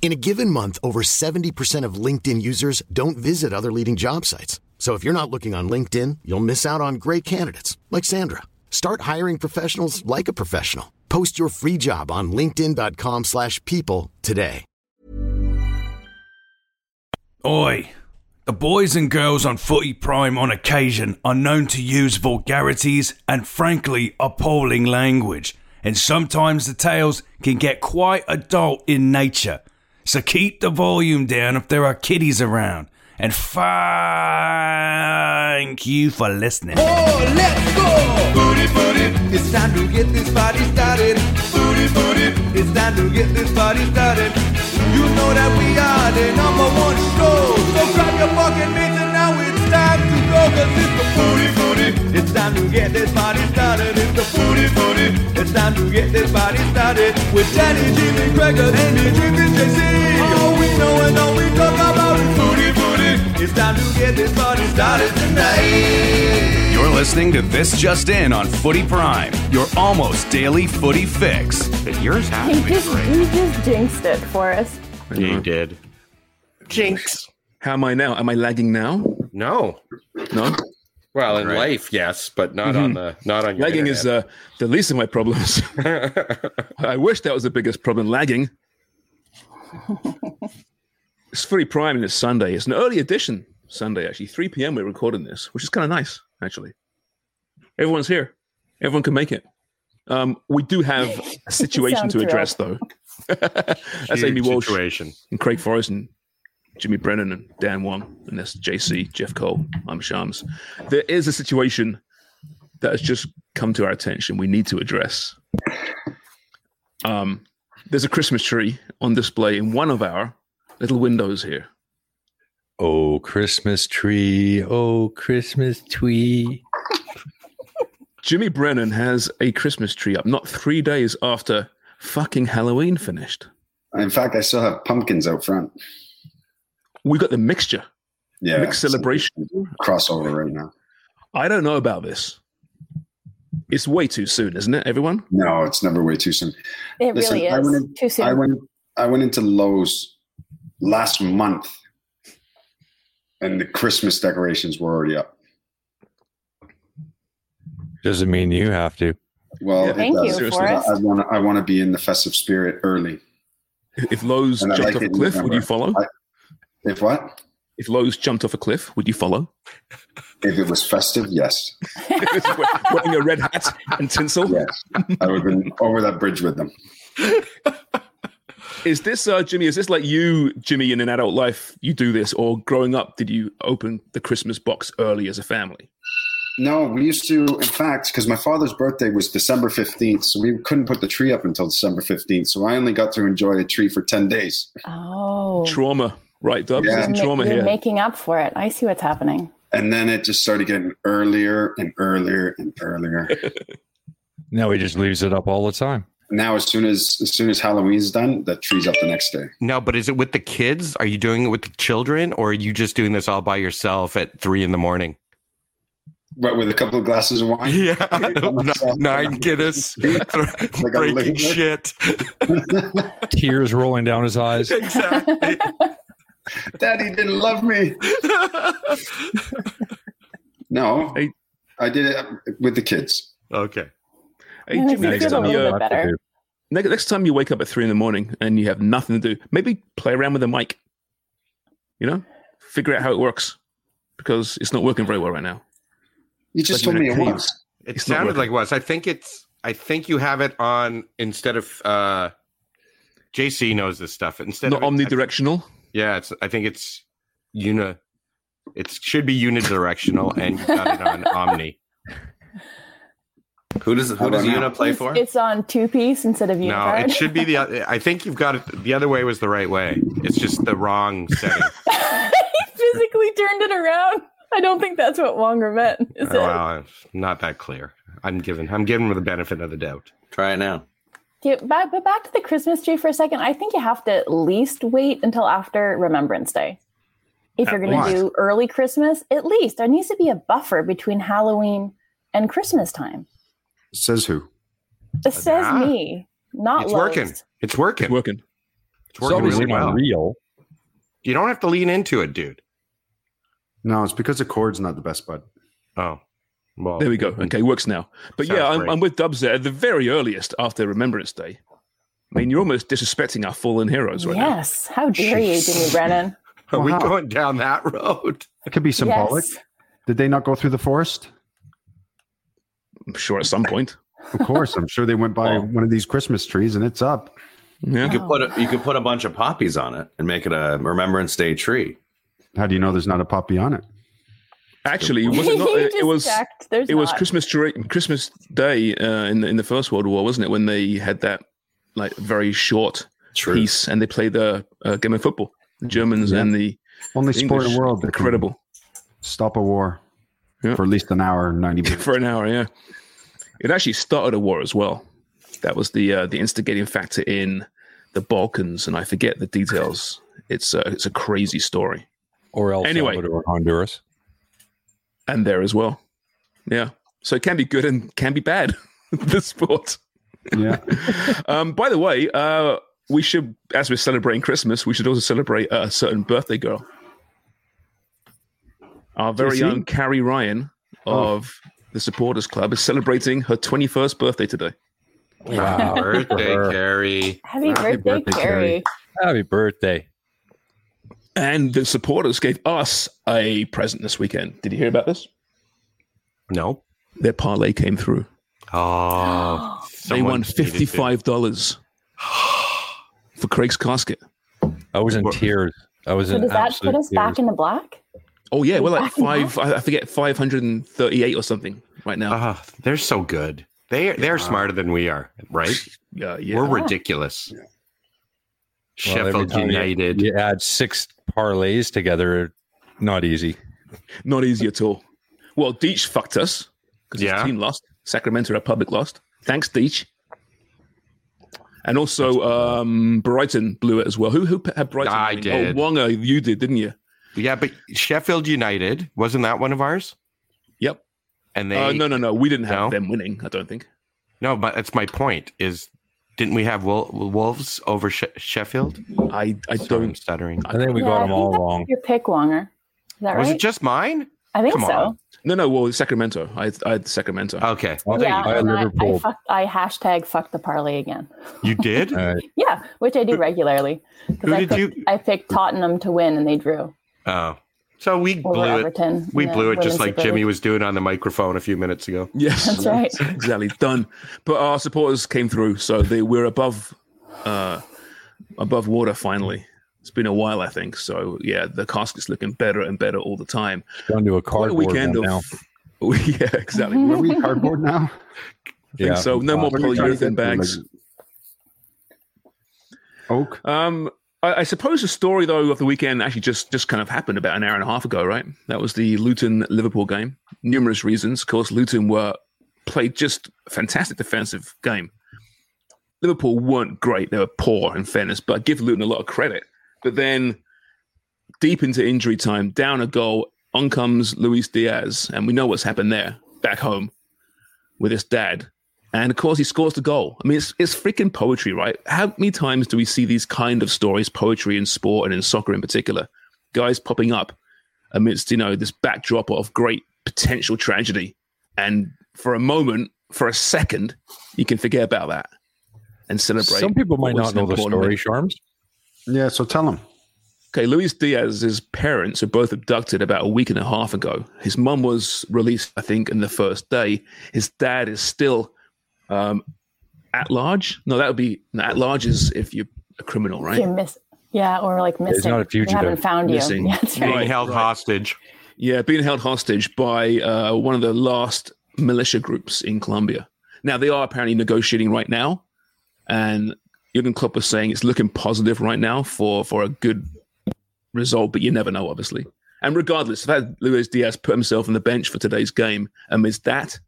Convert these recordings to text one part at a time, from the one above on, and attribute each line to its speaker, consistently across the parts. Speaker 1: In a given month, over 70% of LinkedIn users don't visit other leading job sites. So if you're not looking on LinkedIn, you'll miss out on great candidates like Sandra. Start hiring professionals like a professional. Post your free job on linkedin.com slash people today.
Speaker 2: Oi! The boys and girls on Footy Prime on occasion are known to use vulgarities and frankly appalling language, and sometimes the tales can get quite adult in nature. So keep the volume down if there are kiddies around, and thank you for listening.
Speaker 3: Oh, let's go! Booty, booty. It's time to get this party started. Booty, booty. It's time to get this party started. You know that we are the number one show. So grab your fucking mitts and now it's time to go. Cause it's the booty, booty. It's time to get this party started. It's the booty, booty. It's time to get this party started. With Danny, Jimmy, Gregor, Andy, Jimmy, JC. All we know and all we talk about is booty, booty. It's time to get this party started tonight.
Speaker 4: You're listening to This Just In on Footy Prime, your almost daily footy fix. yours
Speaker 5: He just, he just jinxed it for us.
Speaker 6: He did.
Speaker 7: Jinx.
Speaker 6: How am I now? Am I lagging now?
Speaker 7: No.
Speaker 6: No.
Speaker 7: Well, in
Speaker 6: Right.
Speaker 7: life, yes, but not on
Speaker 8: Mm-hmm.
Speaker 7: the
Speaker 6: Mhm.
Speaker 7: not on your
Speaker 6: Lagging is uh, the least of my problems. I wish that was the biggest problem. Lagging. it's free prime and it's Sunday. It's an early edition Sunday, actually. 3 p.m. We're recording this, which is kind of nice, actually. Everyone's here. Everyone can make it. Um, we do have a situation
Speaker 5: Sounds
Speaker 6: to address, though. That's Amy Walsh
Speaker 7: situation.
Speaker 6: and Craig Forrest and Jimmy Brennan and Dan Wong, and that's JC, Jeff Cole. I'm Shams. There is a situation that has just come to our attention. We need to address. Um, there's a Christmas tree on display in one of our little windows here.
Speaker 9: Oh, Christmas tree. Oh, Christmas tree.
Speaker 6: Jimmy Brennan has a Christmas tree up not three days after fucking Halloween finished.
Speaker 10: In fact, I still have pumpkins out front.
Speaker 6: We got the mixture,
Speaker 10: Yeah,
Speaker 6: mixed celebration.
Speaker 10: crossover right now.
Speaker 6: I don't know about this. It's way too soon, isn't it, everyone?
Speaker 10: No, it's never way too soon.
Speaker 5: It
Speaker 10: Listen,
Speaker 5: really
Speaker 10: I
Speaker 5: is.
Speaker 10: went in-
Speaker 5: Too soon.
Speaker 10: I went I went into Lowe's last month, and the Christmas decorations were already up.
Speaker 9: Doesn't mean you have to.
Speaker 10: Well,
Speaker 6: Yeah,
Speaker 10: it
Speaker 5: Thank you,
Speaker 10: does.
Speaker 6: Seriously.
Speaker 5: Forrest.
Speaker 10: I want I want to be in the festive spirit early.
Speaker 6: If Lowe's
Speaker 10: And I
Speaker 6: jumped
Speaker 10: like
Speaker 6: off
Speaker 10: it
Speaker 6: a
Speaker 10: in
Speaker 6: cliff, would you
Speaker 10: November.
Speaker 6: follow?
Speaker 10: I- If what?
Speaker 6: If Lowe's jumped off a cliff, would you follow?
Speaker 10: If it was festive, yes,
Speaker 6: Wearing a red hat and tinsel.
Speaker 10: yes, I would have been over that bridge with them.
Speaker 6: Is this uh, Jimmy? Is this like you, Jimmy, in an adult life? You do this, or growing up, did you open the Christmas box early as a family?
Speaker 10: No, we used to, in fact, because my father's birthday was December 15th, so we couldn't put the tree up until December 15th. So I only got to enjoy the tree for 10 days.
Speaker 5: oh.
Speaker 6: Trauma, right, Dubs?
Speaker 10: Yeah.
Speaker 6: There's
Speaker 5: You're
Speaker 6: some
Speaker 5: ma-
Speaker 6: trauma
Speaker 5: you're
Speaker 6: here.
Speaker 5: making up for it. I see what's happening.
Speaker 10: And then it just started getting earlier and earlier and earlier.
Speaker 9: No, he just leaves it up all the time.
Speaker 10: now, as soon as as soon as Halloween's done, the tree's up the next day.
Speaker 8: No, but is it with the kids? Are you doing it with the children, or are you just doing this all by yourself at three in the morning?
Speaker 10: But with a couple of glasses of wine.
Speaker 8: Yeah, n- nine Guinness,
Speaker 10: a
Speaker 8: breaking
Speaker 10: liquor.
Speaker 8: shit.
Speaker 9: Tears rolling down his eyes.
Speaker 8: exactly.
Speaker 10: Daddy didn't love me. No,
Speaker 6: Hey.
Speaker 10: I did it with the kids.
Speaker 8: okay.
Speaker 6: Hey,
Speaker 5: And I
Speaker 6: Jimmy,
Speaker 5: think
Speaker 6: next
Speaker 5: you're a
Speaker 6: time, you,
Speaker 5: little
Speaker 6: uh,
Speaker 5: bit better.
Speaker 6: ne- next time you wake up at three in the morning and you have nothing to do, maybe play around with a mic. You know, figure out how it works because it's not working very well right now.
Speaker 10: You just
Speaker 6: Like
Speaker 10: told
Speaker 6: in
Speaker 10: me
Speaker 6: a
Speaker 10: it
Speaker 6: cave.
Speaker 10: was.
Speaker 8: It
Speaker 6: It's not
Speaker 8: sounded
Speaker 6: working.
Speaker 8: like it was. I think it's. I think you have it on instead of. uh JC knows this stuff. Instead
Speaker 6: Not
Speaker 8: of
Speaker 6: omnidirectional.
Speaker 8: Yeah, it's. I think it's. Uni. It should be unidirectional, and you got it on omni. Who does
Speaker 2: who does Una play
Speaker 5: It's, it's on two piece instead of
Speaker 8: No,
Speaker 5: Unicard.
Speaker 8: it should be the. I think you've got it. The other way was the right way. It's just the wrong setting.
Speaker 5: he physically turned it around. I don't think that's what Wonger meant. Is it?
Speaker 8: well, it's not that clear. I'm giving. I'm giving her the benefit of the doubt.
Speaker 2: Try it now.
Speaker 5: Yeah, back, but back to the Christmas tree for a second. I think you have to at least wait until after Remembrance Day. If
Speaker 8: At
Speaker 5: you're going
Speaker 8: least.
Speaker 5: to do early Christmas, at least there needs to be a buffer between Halloween and Christmas time.
Speaker 11: Says who?
Speaker 5: It says
Speaker 8: Ah.
Speaker 5: me, not
Speaker 8: It's
Speaker 5: Lowe's.
Speaker 8: working. It's working. It's
Speaker 6: working.
Speaker 8: It's working really well.
Speaker 9: real.
Speaker 8: You don't have to lean into it, dude.
Speaker 11: No, it's because the cord's not the best bud.
Speaker 8: Oh, well,
Speaker 6: There we go. Okay, works now. But
Speaker 8: Sounds
Speaker 6: yeah, I'm,
Speaker 8: great.
Speaker 6: I'm with Dubs there at the very earliest after Remembrance Day. I mean, you're almost disrespecting our fallen heroes right now.
Speaker 5: Yes. How dare you, Jimmy Brennan?
Speaker 8: Are we
Speaker 11: Wow.
Speaker 8: going down that road?
Speaker 11: It could be symbolic.
Speaker 5: Yes.
Speaker 11: Did they not go through the forest?
Speaker 6: I'm sure at some point.
Speaker 11: Of course, I'm sure they went by one of these Christmas trees and it's up.
Speaker 6: Yeah.
Speaker 5: Oh.
Speaker 2: You could put a, you could put a bunch of poppies on it and make it a Remembrance Day tree.
Speaker 11: How do you know there's not a poppy on it?
Speaker 6: Actually, was it not? uh,
Speaker 5: You
Speaker 6: it
Speaker 5: just
Speaker 6: was.
Speaker 5: checked. There's
Speaker 6: it was
Speaker 5: not.
Speaker 6: Christmas dur- Christmas Day uh, in the, in the First World War, wasn't it? When they had that like very short
Speaker 2: True.
Speaker 6: piece and they played the uh, game of football. The Germans and the
Speaker 11: Only sport in
Speaker 6: English.
Speaker 11: the world that can
Speaker 6: incredible
Speaker 11: stop a war
Speaker 6: Yeah.
Speaker 11: for at least an hour and ninety minutes.
Speaker 6: for an hour. Yeah, it actually started a war as well. That was the uh, the instigating factor in the Balkans, and I forget the details. It's uh, it's a crazy story,
Speaker 9: Or El
Speaker 6: Anyway.
Speaker 9: Salvador, Honduras.
Speaker 6: and there as well. Yeah, so it can be good and can be bad. the sport.
Speaker 11: yeah,
Speaker 6: Um, by the way, uh, we should, as we're celebrating Christmas, we should also celebrate a certain birthday girl. Our very
Speaker 11: Jessie?
Speaker 6: own Carrie Ryan of the Supporters Club is celebrating her 21st birthday today.
Speaker 8: Happy birthday, Carrie.
Speaker 5: Happy, birthday,
Speaker 11: birthday,
Speaker 5: Carrie.
Speaker 9: Happy birthday.
Speaker 6: And the supporters gave us a present this weekend. Did you hear about this?
Speaker 8: No.
Speaker 6: Their parlay came through.
Speaker 8: Oh,
Speaker 6: They
Speaker 8: someone
Speaker 6: won
Speaker 8: needed to-
Speaker 6: $55 for Craig's casket.
Speaker 9: I was in
Speaker 8: Well-
Speaker 9: tears. I was
Speaker 5: So
Speaker 9: in
Speaker 5: does that
Speaker 9: absolute
Speaker 5: put us
Speaker 9: tears.
Speaker 5: back in the black?
Speaker 6: Oh, yeah, we're like
Speaker 5: Fucking hell.
Speaker 6: five, I I forget, 538 or something right now.
Speaker 8: Ah, they're so good. They they're smarter than we are, right?
Speaker 6: yeah, yeah.
Speaker 8: We're ridiculous.
Speaker 9: Well, every
Speaker 8: Sheffield
Speaker 9: time you-
Speaker 8: United.
Speaker 9: You add six parlays together, not easy.
Speaker 6: Not easy at all. Well, Deitch fucked us because
Speaker 8: Yeah.
Speaker 6: his team lost. Sacramento Republic lost. Thanks, Deitch. And also, um, Brighton blew it as well. Who who had Brighton?
Speaker 8: I
Speaker 6: winning?
Speaker 8: did.
Speaker 6: Oh, Wonga, you did, didn't you?
Speaker 8: Yeah, but Sheffield United wasn't that one of ours?
Speaker 6: Yep.
Speaker 8: And they
Speaker 6: Uh, no, no, no. We didn't
Speaker 8: No?
Speaker 6: have them winning. I don't think.
Speaker 8: no, but that's my point. Is didn't we have Wol- Wolves over she- Sheffield?
Speaker 6: I I
Speaker 8: Sorry, I'm
Speaker 6: don't.
Speaker 8: stuttering.
Speaker 9: I think we got
Speaker 5: Yeah, I
Speaker 9: them
Speaker 5: think
Speaker 9: all
Speaker 5: that's
Speaker 9: wrong.
Speaker 5: Your pick, Wonger. Is that
Speaker 8: Was
Speaker 5: right?
Speaker 8: it just mine?
Speaker 5: I think
Speaker 8: Come
Speaker 5: so.
Speaker 8: on.
Speaker 6: No, no. Well, Sacramento. I I had Sacramento.
Speaker 8: Okay,
Speaker 9: Oh,
Speaker 5: Yeah,
Speaker 9: I had
Speaker 5: and I, I,
Speaker 9: Liverpool.
Speaker 5: fucked, I hashtag fuck the parlay again.
Speaker 8: you did.
Speaker 9: Uh,
Speaker 5: Yeah, which I do regularly. 'Cause
Speaker 8: Who
Speaker 5: I
Speaker 8: did
Speaker 5: picked,
Speaker 8: you-
Speaker 5: I picked Tottenham to win, and they drew
Speaker 8: Oh, so we
Speaker 5: over
Speaker 8: blew it.
Speaker 5: Everton. in
Speaker 8: We
Speaker 5: the
Speaker 8: blew it
Speaker 5: Women's
Speaker 8: just like
Speaker 5: Super
Speaker 8: Jimmy
Speaker 5: League.
Speaker 8: was doing on the microphone a few minutes ago.
Speaker 6: Yes,
Speaker 5: That's right.
Speaker 6: exactly. Done. But our supporters came through, so they we're above, uh, above water finally. It's been a while, I think. So yeah, the casket's looking better and better all the time.
Speaker 9: down to a
Speaker 6: Quite a
Speaker 9: cardboard
Speaker 6: weekend
Speaker 9: one
Speaker 6: of,
Speaker 9: now.
Speaker 6: yeah, exactly.
Speaker 11: Are we cardboard now?
Speaker 6: Think
Speaker 9: Yeah. Uh,
Speaker 6: so. No more
Speaker 11: What are you trying to
Speaker 6: polyurethane
Speaker 11: get to,
Speaker 6: bags.
Speaker 11: like, Oak.
Speaker 6: Um, I, I suppose the story though of the weekend actually just just kind of happened about an hour and a half ago, right? That was the Luton Liverpool game. Numerous reasons, of course. Luton were played just a fantastic defensive game. Liverpool weren't great; they were poor, in fairness. But I give Luton a lot of credit. But then, deep into injury time, down a goal, on comes Luis Diaz, and we know what's happened there. Back home with his dad. And of course, he scores the goal. I mean, it's it's freaking poetry, right? How many times do we see these kind of stories, poetry in sport and in soccer in particular, guys popping up amidst you know this backdrop of great potential tragedy, and for a moment, for a second, you can forget about that and celebrate.
Speaker 9: Some people might
Speaker 6: what was
Speaker 9: not know
Speaker 6: an
Speaker 9: the
Speaker 6: important
Speaker 9: story,
Speaker 6: minute.
Speaker 9: Sharms.
Speaker 11: Yeah, so tell him.
Speaker 6: Okay, Luis Diaz's parents were both abducted about a week and a half ago. His mum was released, I think, in the first day. His dad is still um, at large. No, that would be no, at large is if you're a criminal,
Speaker 5: If
Speaker 6: right?
Speaker 5: you miss, yeah, or like missing.
Speaker 9: not a
Speaker 5: They haven't
Speaker 9: fugitive.
Speaker 5: found you.
Speaker 6: Missing.
Speaker 5: Yeah, that's
Speaker 8: Being
Speaker 5: right.
Speaker 8: held hostage.
Speaker 6: Yeah, being held hostage by uh, one of the last militia groups in Colombia. Now they are apparently negotiating right now, and Jurgen Klopp was saying it's looking positive right now for for a good result, but you never know, obviously. And regardless, the fact that Luis Diaz put himself on the bench for today's game amidst that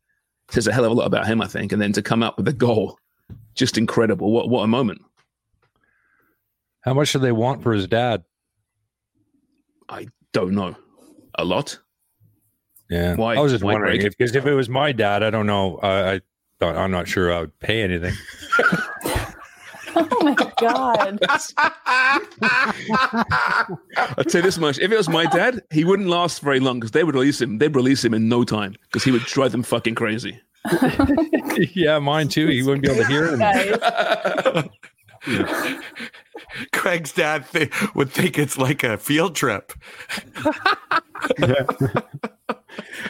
Speaker 6: says a hell of a lot about him, I think. And then to come out with a goal, just incredible. What what a moment!
Speaker 9: How much do they want for his dad?
Speaker 6: I don't know. A lot.
Speaker 9: Yeah.
Speaker 6: Why-
Speaker 9: I was just
Speaker 6: why
Speaker 9: wondering
Speaker 6: break
Speaker 9: if, because if it was my dad, I don't know. I, I thought I'm not sure I would pay anything.
Speaker 5: Oh my god.
Speaker 6: I'll tell you this much: if it was my dad, he wouldn't last very long because they would release him. They'd release him in no time because he would drive them fucking crazy.
Speaker 9: yeah, mine too. He wouldn't be able to hear him.
Speaker 8: Craig's dad th- would think it's like a field trip.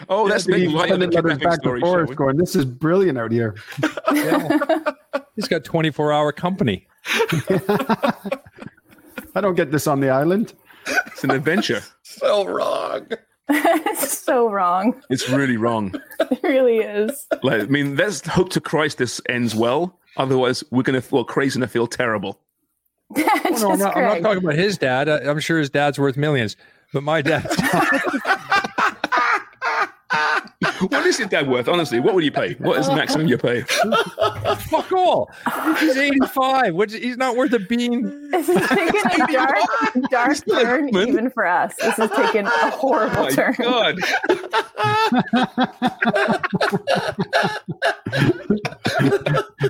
Speaker 6: Oh, that's
Speaker 10: He
Speaker 6: making light of the
Speaker 10: sent
Speaker 6: kidnapping
Speaker 10: letters back
Speaker 6: story,
Speaker 10: and
Speaker 6: shall
Speaker 10: forth,
Speaker 6: we?
Speaker 10: going, "This is brilliant out here."
Speaker 9: He's got 24 hour company.
Speaker 10: I don't get this on the island.
Speaker 6: It's an adventure.
Speaker 8: so wrong.
Speaker 5: it's so wrong.
Speaker 6: It's really wrong.
Speaker 5: It really is.
Speaker 6: Like, I mean, let's hope to Christ this ends well. Otherwise, we're gonna well, Craig's gonna feel terrible.
Speaker 9: Oh, no, I'm, not, I'm not
Speaker 5: Craig.
Speaker 9: talking about his dad. I, I'm sure his dad's worth millions, but my dad.
Speaker 6: what is your dad worth? Honestly, what would you pay? What is the maximum you pay?
Speaker 9: Fuck all. He's 85. Which, he's not worth a bean.
Speaker 5: This is taking a dark, dark turn even for us. This has taken a horrible
Speaker 9: My
Speaker 5: turn.
Speaker 6: Oh God.
Speaker 10: Can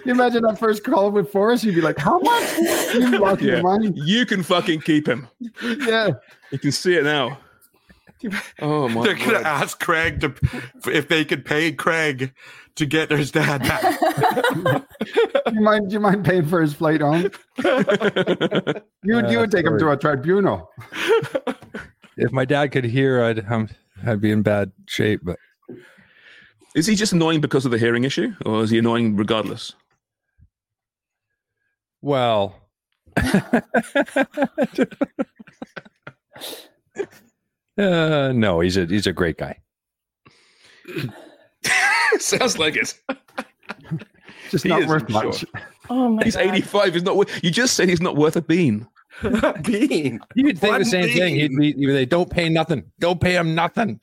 Speaker 10: you imagine that first call with Forrest? You'd be like, "How much?" You lost
Speaker 6: Yeah.
Speaker 10: your mind.
Speaker 6: You can fucking keep him.
Speaker 10: Yeah.
Speaker 6: You can see it now. Oh my
Speaker 8: They're gonna
Speaker 6: word.
Speaker 8: ask Craig to if they could pay Craig to get his dad back.
Speaker 10: You mind? You mind paying for his flight home? You would, you would take him to a tribunal.
Speaker 9: If my dad could hear, I'd um, I'd be in bad shape. But
Speaker 6: Is he just annoying because of the hearing issue, or is he annoying regardless?
Speaker 9: well, uh, no, he's a he's a great guy.
Speaker 6: Sounds like it.
Speaker 10: Just
Speaker 6: not
Speaker 10: worth much.
Speaker 5: Oh my
Speaker 6: He's
Speaker 5: god.
Speaker 6: 85. He's not. worth You just said he's not worth a bean.
Speaker 8: bean.
Speaker 9: You'd think
Speaker 6: One
Speaker 9: the same thing. He'd be, he'd be like, don't pay nothing. Don't pay him nothing.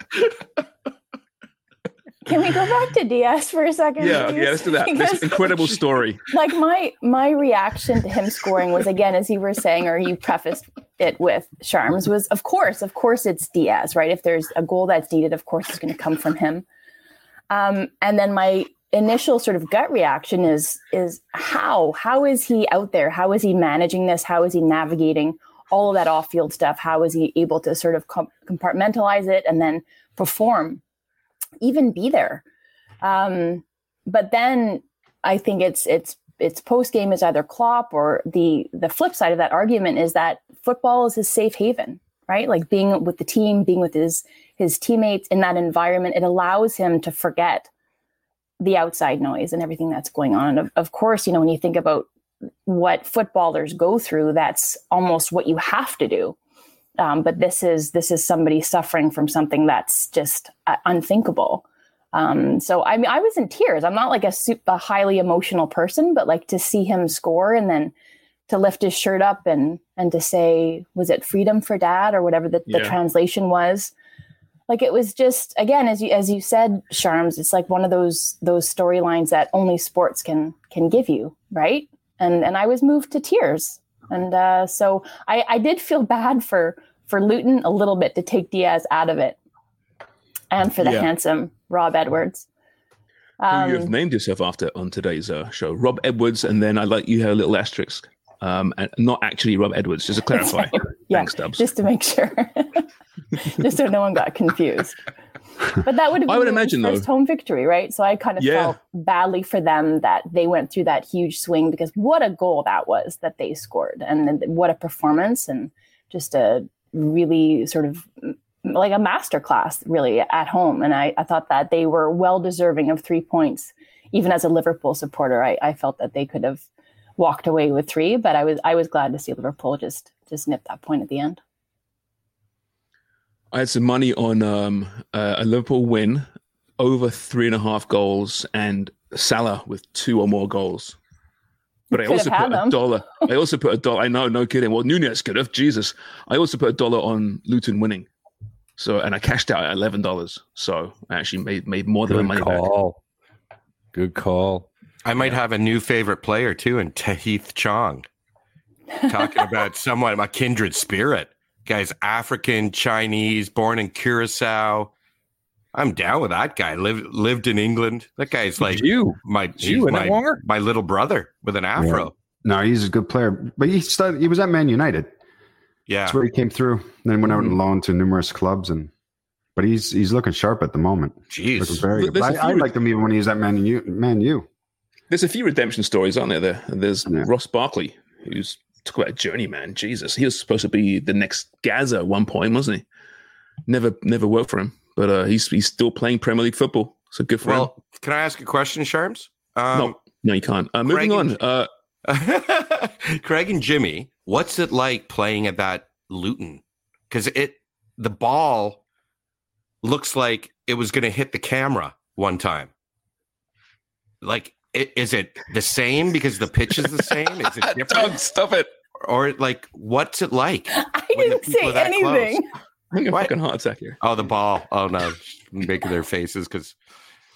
Speaker 5: Can we go back to DS for a second?
Speaker 6: Yeah,
Speaker 5: please?
Speaker 6: yeah. Let's do that.
Speaker 5: Because,
Speaker 6: This incredible story.
Speaker 5: like my my reaction to him scoring was again, as you were saying, or you prefaced it with Charms, was of course, of course it's Diaz, right? If there's a goal that's needed, of course it's gonna come from him. Um, and then my initial sort of gut reaction is is how? How is he out there? How is he managing this? How is he navigating all of that off field stuff? How is he able to sort of com- compartmentalize it and then perform even be there. Um, but then I think it's it's it's post game is either Klopp or the the flip side of that argument is that football is his safe haven, right? Like being with the team, being with his his teammates in that environment, it allows him to forget the outside noise and everything that's going on. And of, of course, you know when you think about what footballers go through, that's almost what you have to do. Um, but this is this is somebody suffering from something that's just uh, unthinkable. Um, so I mean, I was in tears. I'm not like a, su- a highly emotional person, but like to see him score and then to lift his shirt up and and to say, "Was it freedom for dad?" or whatever the, the
Speaker 12: Yeah.
Speaker 5: translation was. Like it was just again, as you as you said, Sharms. It's like one of those those storylines that only sports can can give you, right? And and I was moved to tears, and uh, so I, I did feel bad for for Luton a little bit to take Diaz out of it, and for the
Speaker 6: Yeah.
Speaker 5: handsome Rob Edwards. Um,
Speaker 6: Who you have named yourself after on today's uh, show, Rob Edwards, and then I like you have a little asterisk, um, and not actually Rob Edwards, just to clarify.
Speaker 5: yeah,
Speaker 6: Thanks, Stubbs.
Speaker 5: just to make sure, just so no one got confused. But that would have been
Speaker 6: I would
Speaker 5: Luton's
Speaker 6: imagine, though.
Speaker 5: first home victory, right? So I kind of
Speaker 6: Yeah.
Speaker 5: felt badly for them that they went through that huge swing because what a goal that was that they scored, and then what a performance, and just a really sort of mm, like a master class really at home. And I, I thought that they were well deserving of three points. Even as a Liverpool supporter, I, I felt that they could have walked away with three, but I was I was glad to see Liverpool just just nip that point at the end.
Speaker 6: I had some money on um, uh, a Liverpool win over three and a half goals and Salah with two or more goals. But I
Speaker 5: Could
Speaker 6: also
Speaker 5: have
Speaker 6: put
Speaker 5: had
Speaker 6: a
Speaker 5: them.
Speaker 6: dollar. I also put a dollar. I know, no kidding. Well, Nunez could have. Jesus. I also put a dollar on Luton winning. So and I cashed out at eleven dollars. So I actually made made more than my money
Speaker 8: back. Good call. I might have a new favorite player too, in Tahith Chong. Talking about someone, a kindred spirit. Guy's African, Chinese, born in Curacao. I'm down with that guy. Lived lived in England. That guy's like you, my he's
Speaker 10: Jew, isn't
Speaker 8: my,
Speaker 10: it, Wonger?
Speaker 8: my little brother with an afro.
Speaker 10: No, he's a good player, but he started, he was at Man United.
Speaker 8: Yeah.
Speaker 10: That's where he came through. Then went out and loaned to numerous clubs, and but he's he's looking sharp at the moment.
Speaker 8: Jeez,
Speaker 10: looking very
Speaker 6: Th-
Speaker 10: good.
Speaker 6: there's
Speaker 10: I,
Speaker 6: a
Speaker 10: I
Speaker 6: few-
Speaker 10: liked him even when he was at Man U. Man U.
Speaker 6: There's a few redemption stories, aren't there? There, there's Ross Barkley, who's talk about a journeyman. Jesus, he was supposed to be the next Gaza at one point, wasn't he? Never, never worked for him, but uh, he's he's still playing Premier League football. So good for him.
Speaker 8: Well, can I ask a question, Sharms? Um,
Speaker 6: no, no, you can't. Uh, moving
Speaker 8: Craig
Speaker 6: on.
Speaker 8: and-
Speaker 6: Uh,
Speaker 8: Craig and Jimmy, what's it like playing at that Luton? Because it the ball looks like it was going to hit the camera one time. Like, i- is it the same because the pitch is the same? Is it different?
Speaker 6: stop it.
Speaker 8: Or like, what's it like?
Speaker 5: I didn't say anything.
Speaker 6: I'm having a fucking heart attack here.
Speaker 8: Oh, the ball! Oh no, making their faces because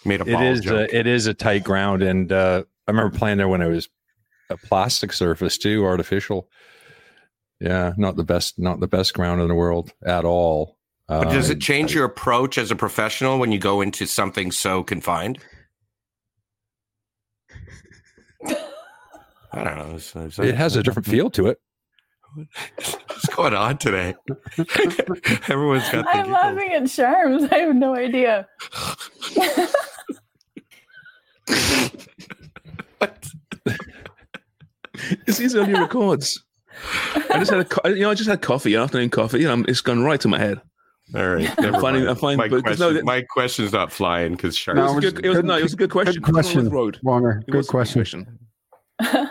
Speaker 8: made a
Speaker 9: it
Speaker 8: ball
Speaker 9: is uh,
Speaker 8: joke.
Speaker 9: a, it is a tight ground and uh i remember playing there when it was a plastic surface too artificial yeah not the best not the best ground in the world at all
Speaker 8: But does
Speaker 9: Um,
Speaker 8: it change your approach as a professional when you go into something so confined? I don't know. It's- it's-
Speaker 9: it has a different
Speaker 8: Mm-hmm.
Speaker 9: feel to it
Speaker 8: What's going on today? Everyone's got the
Speaker 5: I'm laughing at Charms. I have no idea.
Speaker 6: It's these early records. I just had a, co- you know, I just had coffee, afternoon coffee. You know, it's gone right to my head.
Speaker 8: All right,
Speaker 6: I'm
Speaker 8: never
Speaker 6: finding,
Speaker 8: mind.
Speaker 6: I'm finding,
Speaker 8: my,
Speaker 6: but, 'cause
Speaker 8: question,
Speaker 6: no, it
Speaker 8: my question's not flying because sharks.
Speaker 6: was a good, it was, no, it was a good question.
Speaker 10: Good question,
Speaker 6: Road.
Speaker 10: Wonger. Good question.
Speaker 5: No,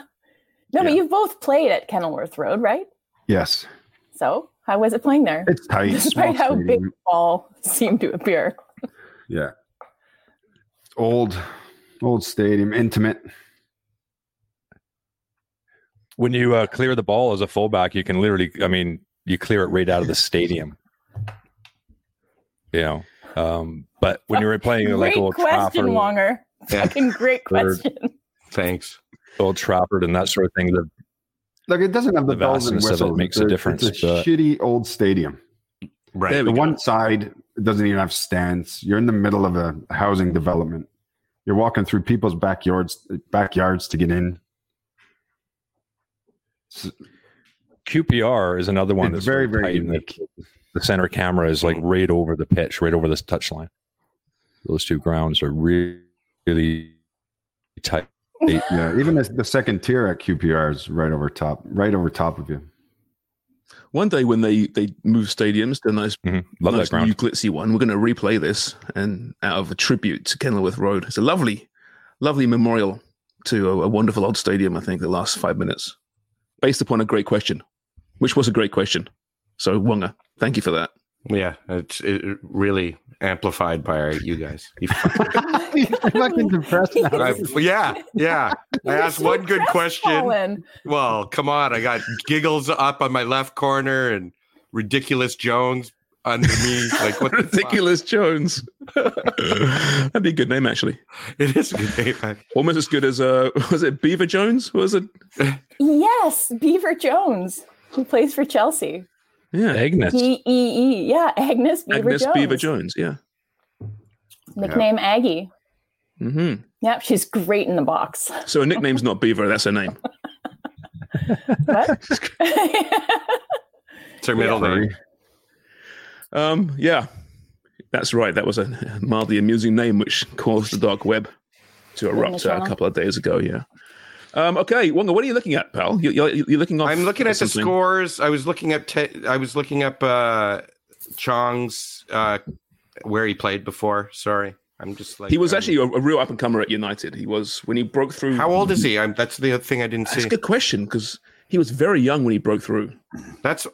Speaker 5: but you've both played at Kenilworth Road, right?
Speaker 10: Yes,
Speaker 5: So how was it playing there?
Speaker 10: It's tight, small
Speaker 5: Despite how big
Speaker 10: stadium.
Speaker 5: the ball seemed to appear.
Speaker 10: yeah. Old, old stadium, intimate.
Speaker 9: when you uh, clear the ball as a fullback you can literally i mean you clear it right out of the stadium you know um but when you're playing like
Speaker 5: Great
Speaker 9: old
Speaker 5: question,
Speaker 9: Trafford,
Speaker 5: Wonger.
Speaker 9: Yeah.
Speaker 5: Fucking great
Speaker 9: Or-
Speaker 5: question.
Speaker 8: Thanks.
Speaker 9: Old Trafford and that sort of thing. The,
Speaker 10: Like it doesn't have the,
Speaker 9: The
Speaker 10: bells and
Speaker 9: vastness of it
Speaker 10: whistles.
Speaker 9: makes a
Speaker 10: It's
Speaker 9: difference,
Speaker 10: It's a
Speaker 9: but-
Speaker 10: shitty old stadium.
Speaker 8: Right.
Speaker 10: The one side doesn't even have stands. You're in the middle of a housing development. You're walking through people's backyards backyards to get in.
Speaker 9: QPR is another one
Speaker 10: It's
Speaker 9: that's
Speaker 10: very, very
Speaker 9: tight and The, the center camera is like right over the pitch, right over this touch line. Those two grounds are really, really tight.
Speaker 10: yeah, even the, the second tier at QPR is right over top, right over top of you.
Speaker 6: One day when they they move stadiums to a nice,
Speaker 9: Mm-hmm. Love that
Speaker 6: nice
Speaker 9: ground.
Speaker 6: new glitzy one, we're going to replay this and out of a tribute to Kenilworth Road. It's a lovely, lovely memorial to a, a wonderful old stadium. I think the last five minutes, based upon a great question, which was a great question. So Wonga, thank you for that.
Speaker 8: Yeah, it's it really amplified by you guys. You fucking-
Speaker 10: I'm fucking depressed now.
Speaker 8: I've- yeah, yeah. I asked one good question.
Speaker 5: crestfallen.
Speaker 8: Well, come on. I got giggles up on my left corner and ridiculous Jones under me. Like what the fuck?
Speaker 6: Ridiculous Jones. That'd be a good name, actually.
Speaker 8: It is a good name.
Speaker 6: Almost as good as uh, was it Beaver Jones? Was it?
Speaker 5: Yes, Beaver Jones, who plays for Chelsea.
Speaker 6: Yeah,
Speaker 9: Agnes.
Speaker 5: B E E. Yeah, Agnes Beaver
Speaker 6: Agnes
Speaker 5: Jones.
Speaker 6: Beaver Jones. Yeah.
Speaker 5: Nickname Aggie.
Speaker 6: hmm
Speaker 5: Yep, she's great in the box.
Speaker 6: So her nickname's not Beaver. That's her name.
Speaker 5: What?
Speaker 8: It's her middle name.
Speaker 6: Um, yeah, that's right. That was a mildly amusing name, which caused the dark web to
Speaker 8: Isn't
Speaker 6: erupt
Speaker 8: it,
Speaker 6: uh, a
Speaker 8: Sean?
Speaker 6: couple of days ago. Yeah. Um, okay, Wonga, what are you looking at, pal? You, you're, you're looking. Off
Speaker 8: I'm looking at the
Speaker 6: something.
Speaker 8: scores. I was looking up. Te- I was looking up uh, Chong's uh, where he played before. Sorry, I'm just like
Speaker 6: he was
Speaker 8: I'm-
Speaker 6: actually a, a real up and comer at United. He was when he broke through.
Speaker 8: How old is he? I'm, that's the other thing I didn't
Speaker 6: That's
Speaker 8: see.
Speaker 6: a good question because he was very young when he broke through.
Speaker 8: That's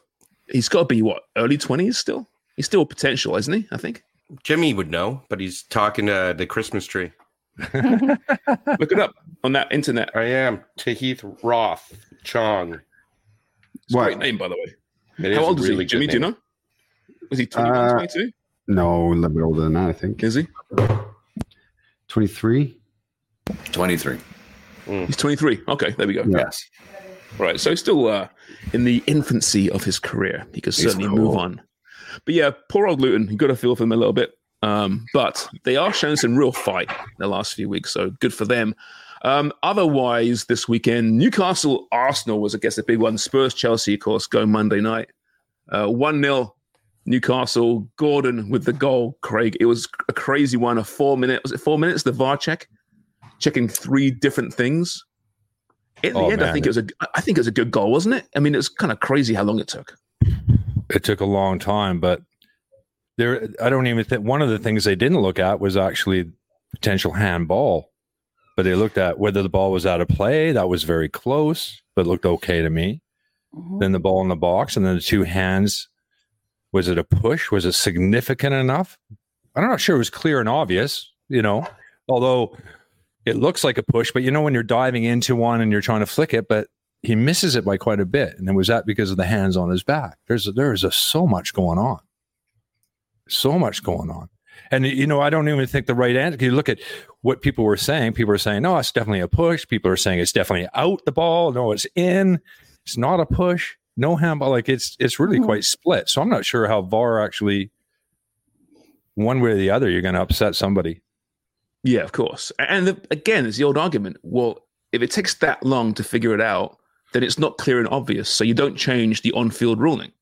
Speaker 6: he's got to be what early twenties still. He's still potential, isn't he? I think.
Speaker 8: Jimmy would know, but he's talking to the Christmas tree.
Speaker 6: Look it up on that internet.
Speaker 8: I am Tahith Roth Chong.
Speaker 6: It's a Great name, by the way.
Speaker 8: It is
Speaker 6: How
Speaker 8: a
Speaker 6: old is
Speaker 8: really
Speaker 6: he,
Speaker 8: good
Speaker 6: Jimmy? Do you
Speaker 8: name.
Speaker 6: know? Was he 21,
Speaker 10: Uh,
Speaker 6: 22?
Speaker 10: No, a little bit older than that, I think.
Speaker 6: Is he?
Speaker 10: 23?
Speaker 2: 23.
Speaker 6: He's 23. Okay, there we go.
Speaker 2: Yes.
Speaker 6: Right, so he's still uh, in the infancy of his career. He could
Speaker 2: He's
Speaker 6: certainly
Speaker 2: cool.
Speaker 6: move on. But yeah, poor old Luton. You got to feel for him a little bit. Um, but they are showing some real fight in the last few weeks, so good for them. Um, otherwise, this weekend, Newcastle Arsenal was, I guess, a big one. Spurs Chelsea, of course, go Monday night. 1 nil 0 Newcastle. Gordon with the goal, Craig. It was a crazy one. A four minute, was it four minutes? The VAR check, checking three different things. In the
Speaker 9: Oh,
Speaker 6: end, I
Speaker 9: man.
Speaker 6: think it was a I think it was a good goal, wasn't it? I mean, it's kind of crazy how long it took.
Speaker 9: it took a long time, but there, I don't even think one of the things they didn't look at was actually potential handball, but they looked at whether the ball was out of play. That was very close, but looked okay to me. Then the ball in the box, and then the two hands. Was it a push? Was it significant enough? I'm not sure it was clear and obvious, you know, although it looks like a push, but you know, when you're diving into one and you're trying to flick it, but he misses it by quite a bit. And it was that because of the hands on his back. There's, there is a, so much going on. So much going on. And, you know, I don't even think the right answer. You look at what people were saying. People were saying, no, it's definitely a push. People are saying it's definitely out the ball. No, it's in. It's not a push. No handball. Like it's, it's really quite split. So I'm not sure how VAR actually one way or the other, you're going to upset somebody.
Speaker 6: Yeah, of course. A- And the, again, it's the old argument. Well, if it takes that long to figure it out, then it's not clear and obvious. So you don't change the on-field ruling,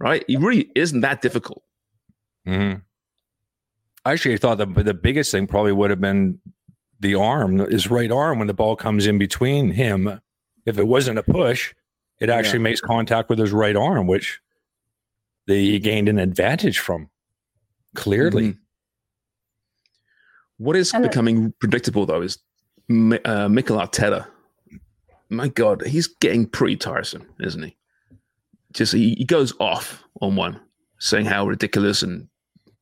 Speaker 6: right? It really isn't that difficult.
Speaker 9: hmm I actually thought the the biggest thing probably would have been the arm, his right arm, when the ball comes in between him. If it wasn't a push, it actually
Speaker 6: Yeah.
Speaker 9: makes contact with his right arm, which they he gained an advantage from. Clearly,
Speaker 6: Mm-hmm. What is
Speaker 5: And the-
Speaker 6: becoming predictable though is Mi- uh, Mikel Arteta. My God, he's getting pretty tiresome, isn't he? Just he, he goes off on one, saying how ridiculous and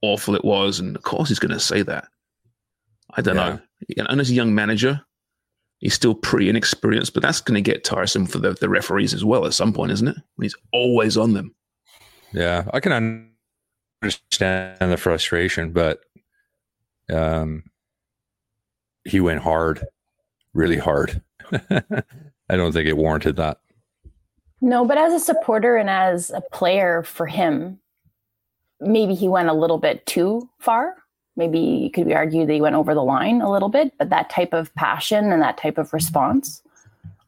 Speaker 6: awful it was, and of course he's going to say that. I don't know. And as a young manager, he's still pretty inexperienced, but that's going to get tiresome for the, the referees as well at some point, isn't it? When he's always on them.
Speaker 9: Mm-hmm. yeah, I can un- understand the frustration, but um, he went hard, really hard. I don't think it warranted that.
Speaker 5: No, but as a supporter and as a player for him, maybe he went a little bit too far. Maybe it could be argued that he went over the line a little bit, but that type of passion and that type of response,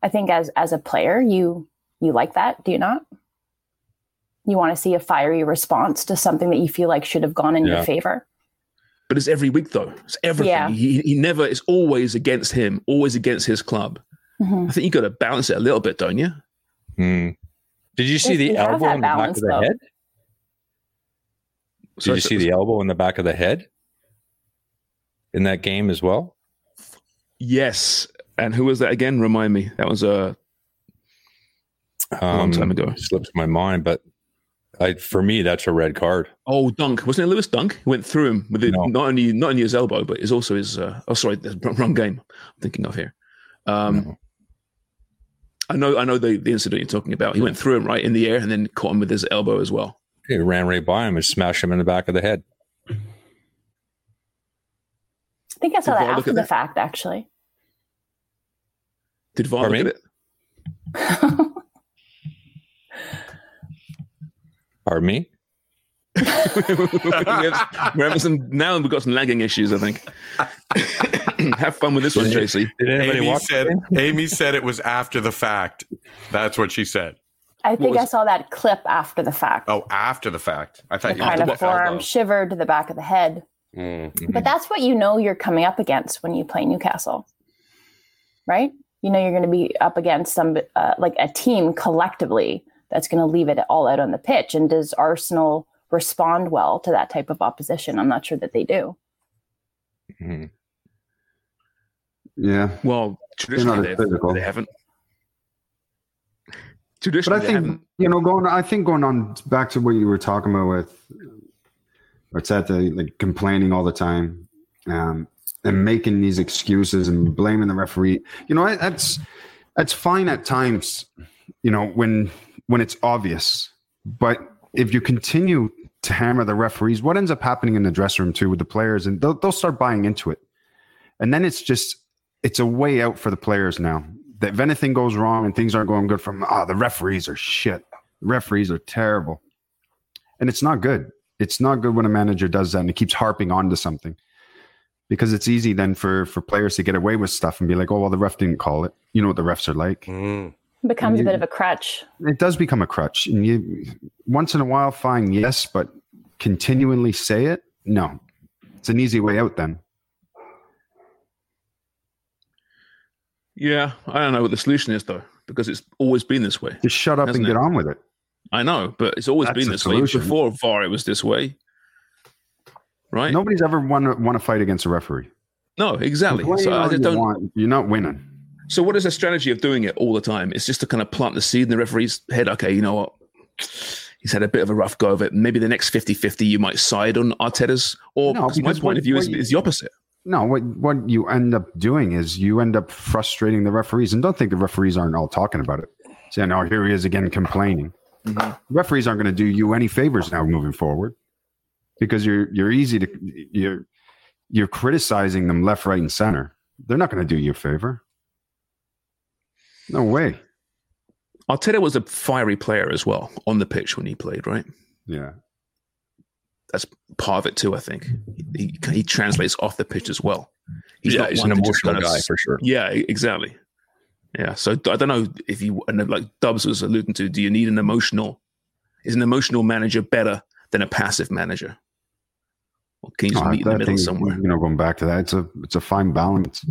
Speaker 5: I think as as a player, you you like that, do you not? You want to see a fiery response to something that you feel like should have gone in
Speaker 6: Yeah.
Speaker 5: your favor.
Speaker 6: But it's every week though. It's everything.
Speaker 5: Yeah.
Speaker 6: He, he never. It's always against him. Always against his club.
Speaker 5: Mhm.
Speaker 6: I think you got to balance it a little bit, don't you?
Speaker 9: Hmm. Did you see
Speaker 5: Yes,
Speaker 9: the
Speaker 5: we have
Speaker 9: elbow
Speaker 5: that
Speaker 9: in the back
Speaker 5: balance,
Speaker 9: of the
Speaker 5: though.
Speaker 9: head? Did
Speaker 6: Sorry,
Speaker 9: you see the elbow in the back of the head in that game as well?
Speaker 6: Yes. And who was that again? Remind me. That was uh, a.
Speaker 9: Um,
Speaker 6: long time ago.
Speaker 9: Slips my mind, but I for me that's a red card.
Speaker 6: Oh, Dunk. Wasn't it Lewis Dunk? He went through him with it, not only not only his elbow, but it's also his. Uh, oh, sorry, the wrong- wrong game. I'm thinking of here. Um, I know, I know the, the incident you're talking about. He went through him right in the air and then caught him with his elbow as well.
Speaker 9: He ran right by him and smashed him in the back of the head.
Speaker 5: I think I saw
Speaker 6: Did
Speaker 5: that
Speaker 6: Val look
Speaker 5: after
Speaker 6: at
Speaker 5: the
Speaker 6: that?
Speaker 5: fact, actually.
Speaker 6: Did VAR look
Speaker 9: Pardon
Speaker 6: at it?
Speaker 9: Pardon me?
Speaker 6: we have, we're having some now. We've got some lagging issues. I think. have fun with this one, JC.
Speaker 8: Amy said, Amy said it was after the fact. That's what she said.
Speaker 5: I think I
Speaker 8: was-
Speaker 5: saw that clip after the fact.
Speaker 8: Oh, after the fact. I thought
Speaker 5: the
Speaker 8: you meant
Speaker 5: kind
Speaker 8: the
Speaker 5: of forearm
Speaker 8: elbow.
Speaker 5: shiver to the back of the head.
Speaker 8: Mm.
Speaker 5: But that's what you know you're coming up against when you play Newcastle, right? You know you're going to be up against some uh, like a team collectively that's going to leave it all out on the pitch. And does Arsenal respond well to that type of opposition? I'm not sure that they do.
Speaker 10: Yeah.
Speaker 6: Well,
Speaker 10: not
Speaker 6: traditionally
Speaker 10: as
Speaker 6: they,
Speaker 10: physical.
Speaker 6: they haven't.
Speaker 10: But
Speaker 6: Traditionally,
Speaker 10: I
Speaker 6: they
Speaker 10: think
Speaker 6: haven't.
Speaker 10: you know, going. I think going on back to what you were talking about with Arteta, like complaining all the time. Um, and making these excuses and blaming the referee. You know, I- that's that's fine at times. You know, when when it's obvious, but if you continue to hammer the referees, what ends up happening in the dressing room too with the players, and they'll they'll start buying into it, and then it's just it's a way out for the players now. That if anything goes wrong and things aren't going good from ah, the referees are shit. The referees are terrible. And it's not good. It's not good when a manager does that and he keeps harping onto something. Because it's easy then for for players to get away with stuff and be like, oh well the ref didn't call it. You know what the refs are like.
Speaker 5: Becomes a
Speaker 10: You-
Speaker 5: bit of a crutch.
Speaker 10: It does become a crutch. And you once in a while fine, yes, but continually say it, no. It's an easy way out then.
Speaker 6: Yeah, I don't know what the solution is though, because it's always been this way.
Speaker 10: Just shut up
Speaker 6: Hasn't
Speaker 10: and get
Speaker 6: it?
Speaker 10: on with it.
Speaker 6: I know, but it's always
Speaker 10: That's
Speaker 6: been
Speaker 10: the
Speaker 6: this
Speaker 10: solution.
Speaker 6: way. Before VAR, it was this way. Right.
Speaker 10: Nobody's ever won won a fight against a referee.
Speaker 6: No, exactly.
Speaker 10: Complain
Speaker 6: So I
Speaker 10: all
Speaker 6: just
Speaker 10: you
Speaker 6: don't.
Speaker 10: want, you're not winning.
Speaker 6: So what is the strategy of doing it all the time? It's just to kind of plant the seed in the referee's head. Okay, you know what? He's had a bit of a rough go of it. Maybe the next 50-50 you might side on Arteta's, or
Speaker 10: No,
Speaker 6: because my
Speaker 10: because
Speaker 6: point
Speaker 10: what-
Speaker 6: of view is,
Speaker 10: what you-
Speaker 6: is the opposite.
Speaker 10: No, what what you end up doing is you end up frustrating the referees, and don't think the referees aren't all talking about it. Saying, "Oh, here he is again complaining." Referees aren't going to do you any favors now moving forward, because you're you're easy to you're you're criticizing them left, right, and center. They're not going to do you a favor. No way.
Speaker 6: Arteta was a fiery player as well on the pitch when he played, right?
Speaker 10: Yeah.
Speaker 6: That's part of it too, I think. He, he translates off the pitch as well.
Speaker 12: Yeah, he's an
Speaker 6: one to just
Speaker 12: emotional
Speaker 6: kind of-
Speaker 12: guy for sure.
Speaker 6: Yeah, e- exactly. Yeah, so I don't know if you and uh, like Dubs was alluding to. Do you need an emotional? Is an emotional manager better than a passive manager? Or can you just
Speaker 10: Oh,
Speaker 6: meet in the
Speaker 10: that
Speaker 6: middle
Speaker 10: thing,
Speaker 6: somewhere?
Speaker 10: You know, going back to that, it's a it's a fine balance.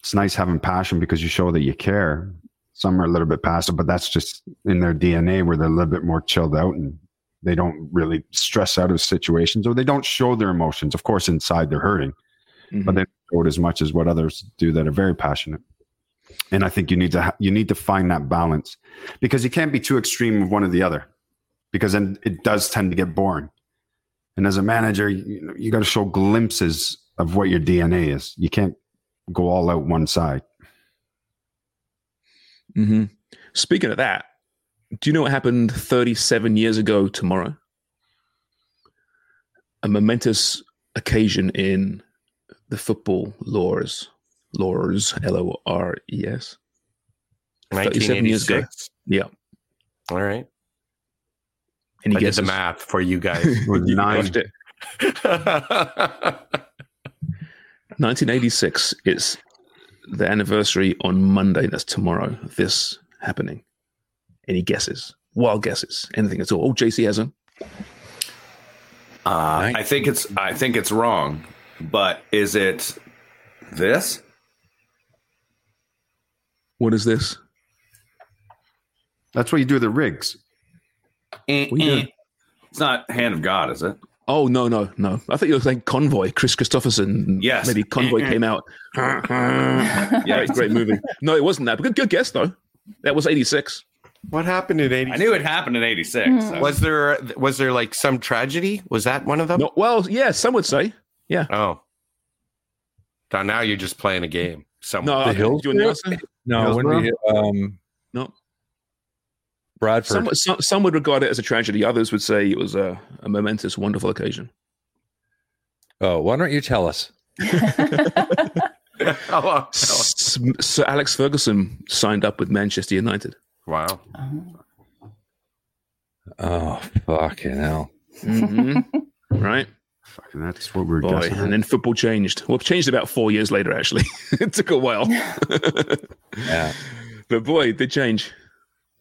Speaker 10: It's nice having passion because you show that you care. Some are a little bit passive, but that's just in their DNA where they're a little bit more chilled out and they don't really stress out of situations or they don't show their emotions. Of course, inside they're hurting,
Speaker 6: Mm-hmm.
Speaker 10: but they don't show it as much as what others do that are very passionate. And I think you need to ha- you need to find that balance because you can't be too extreme of one or the other because then it does tend to get boring. And as a manager, you, you know, you got to show glimpses of what your DNA is. You can't go all out one side.
Speaker 6: Mm-hmm. Speaking of that, do you know what happened 37 years ago tomorrow? A momentous occasion in the football laws, laws, L O R E S.
Speaker 8: 1986.
Speaker 6: Yeah.
Speaker 8: All right.
Speaker 6: Any
Speaker 8: I did the
Speaker 6: guesses?
Speaker 8: math for you guys.
Speaker 6: You crushed it.
Speaker 8: mm.
Speaker 6: 1986. It's the anniversary on Monday. That's tomorrow. of This happening. Any guesses? Wild guesses? Anything at all? Oh, JC has them.
Speaker 2: Uh, I think it's I think it's wrong, but is it this?
Speaker 6: What is this?
Speaker 10: That's what you do with the rigs.
Speaker 2: Eh, It's not hand of God, is it?
Speaker 6: Oh no no no! I thought you were saying Convoy, Chris Christopherson.
Speaker 2: Yes.
Speaker 6: maybe Convoy came out. great, great movie. No, it wasn't that. But good, good guess though. That was eighty six.
Speaker 8: What happened in eighty? I
Speaker 2: knew it happened in eighty six.
Speaker 5: Hmm.
Speaker 6: so-
Speaker 8: Was there was there like some tragedy? Was that one of them?
Speaker 6: No, well, yeah, some would say. Yeah.
Speaker 8: Oh. Now, now you're just playing a game. Some
Speaker 6: No,
Speaker 8: the
Speaker 6: I- do you want the answer?
Speaker 9: No, when we hit, um,
Speaker 6: no.
Speaker 9: Bradford.
Speaker 6: Some, some, some would regard it as a tragedy. Others would say it was a, a momentous, wonderful occasion.
Speaker 9: Oh, why don't you tell us?
Speaker 8: Oh.
Speaker 6: S- Sir Alex Ferguson signed up with Manchester United.
Speaker 8: Wow.
Speaker 9: Oh, fucking hell.
Speaker 6: hmm right?
Speaker 10: Fucking that's what we're
Speaker 6: Boy,
Speaker 10: guessing.
Speaker 6: and then football changed. Well, it changed about four years later, actually. it took a while.
Speaker 9: yeah.
Speaker 6: But boy, it did change.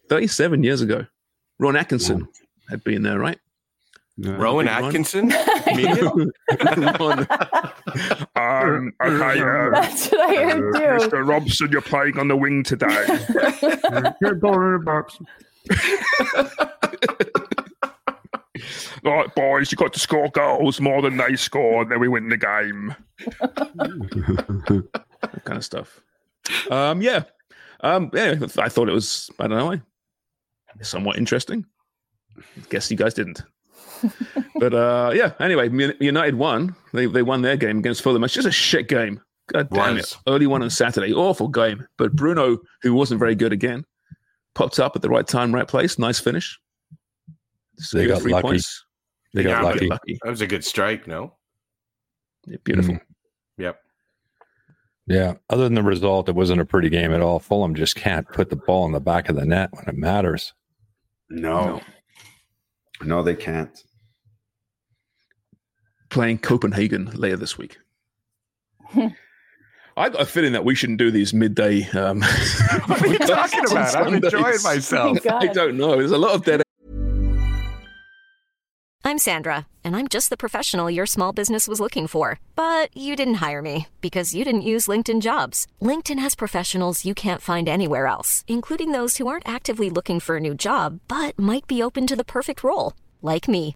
Speaker 6: 37 years ago, Ron Atkinson had been there, right?
Speaker 8: Rowan
Speaker 6: Big Ron?
Speaker 8: Atkinson?
Speaker 6: Comedian? Ron.
Speaker 7: Um, okay, uh,
Speaker 5: That's what I heard
Speaker 7: uh,
Speaker 5: too.
Speaker 7: Mr. Robson, you're playing on the wing today.
Speaker 10: you're going in a box.
Speaker 7: All right, boys, you got to score goals more than they score, and then we win the game.
Speaker 6: that kind of stuff. Um, yeah. Um, yeah, I thought it was, I don't know, somewhat interesting. Guess you guys didn't. but uh, yeah, anyway, Mun- United won. They they won their game against Fulham. It's just a shit game. God damn
Speaker 8: Was.
Speaker 6: it. Early one on Saturday. Awful game. But Bruno, who wasn't very good again, popped up at the right time, right place. Nice finish. So
Speaker 9: They got
Speaker 6: three
Speaker 9: lucky.
Speaker 6: points.
Speaker 9: They got
Speaker 6: Yeah, but
Speaker 9: lucky.
Speaker 8: That was a good strike, no?
Speaker 6: Beautiful.
Speaker 8: Yep.
Speaker 9: Yeah. Other than the result, it wasn't a pretty game at all. Fulham just can't put the ball in the back of the net when it matters.
Speaker 11: No. No, they can't.
Speaker 6: Playing Copenhagen later this week. I got a feeling that we shouldn't do these midday. Um, what
Speaker 8: are you talking about? I'm enjoying myself. Oh my
Speaker 6: I
Speaker 8: God.
Speaker 6: don't know. There's a lot of dead
Speaker 13: I'm Sandra, and I'm just the professional your small business was looking for. But you didn't hire me because you didn't use LinkedIn jobs. LinkedIn has professionals you can't find anywhere else, including those who aren't actively looking for a new job but might be open to the perfect role, like me.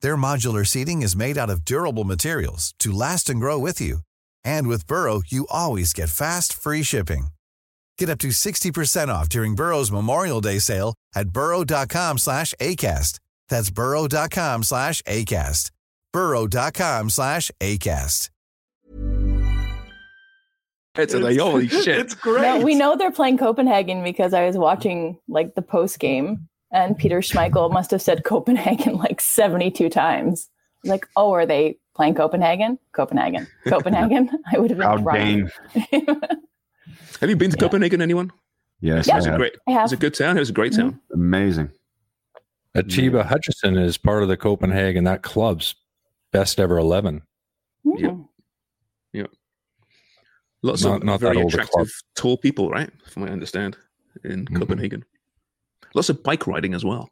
Speaker 12: Their modular seating is made out of durable materials to last and grow with you. And with Burrow, you always get fast, free shipping. Get up to 60% off during Burrow's Memorial Day sale at burrow.com slash ACAST. That's burrow.com slash ACAST. burrow.com slash ACAST.
Speaker 6: heads today. Holy shit.
Speaker 5: No, we know they're playing Copenhagen because I was watching like the post game, and Peter Schmeichel must have said Copenhagen like seventy-two times. Like, oh, are they playing Copenhagen? Copenhagen, Copenhagen. I would have been crying.
Speaker 6: Have you been to Copenhagen, anyone?
Speaker 10: Yes,
Speaker 5: Yeah.
Speaker 10: I
Speaker 6: It's a
Speaker 10: have.
Speaker 6: great.
Speaker 5: I have.
Speaker 6: It's a good town. It was a great
Speaker 9: Mm-hmm.
Speaker 6: town.
Speaker 10: Amazing.
Speaker 9: Atiba Hutchison is part of the Copenhagen, that club's best ever 11.
Speaker 6: Yep. Yep. Lots
Speaker 9: Not-
Speaker 6: of
Speaker 9: not that
Speaker 6: very
Speaker 9: old a
Speaker 6: attractive,
Speaker 9: club.
Speaker 6: tall people, right? From what I understand, in
Speaker 9: Mm-hmm.
Speaker 6: Copenhagen. Lots of bike riding as well.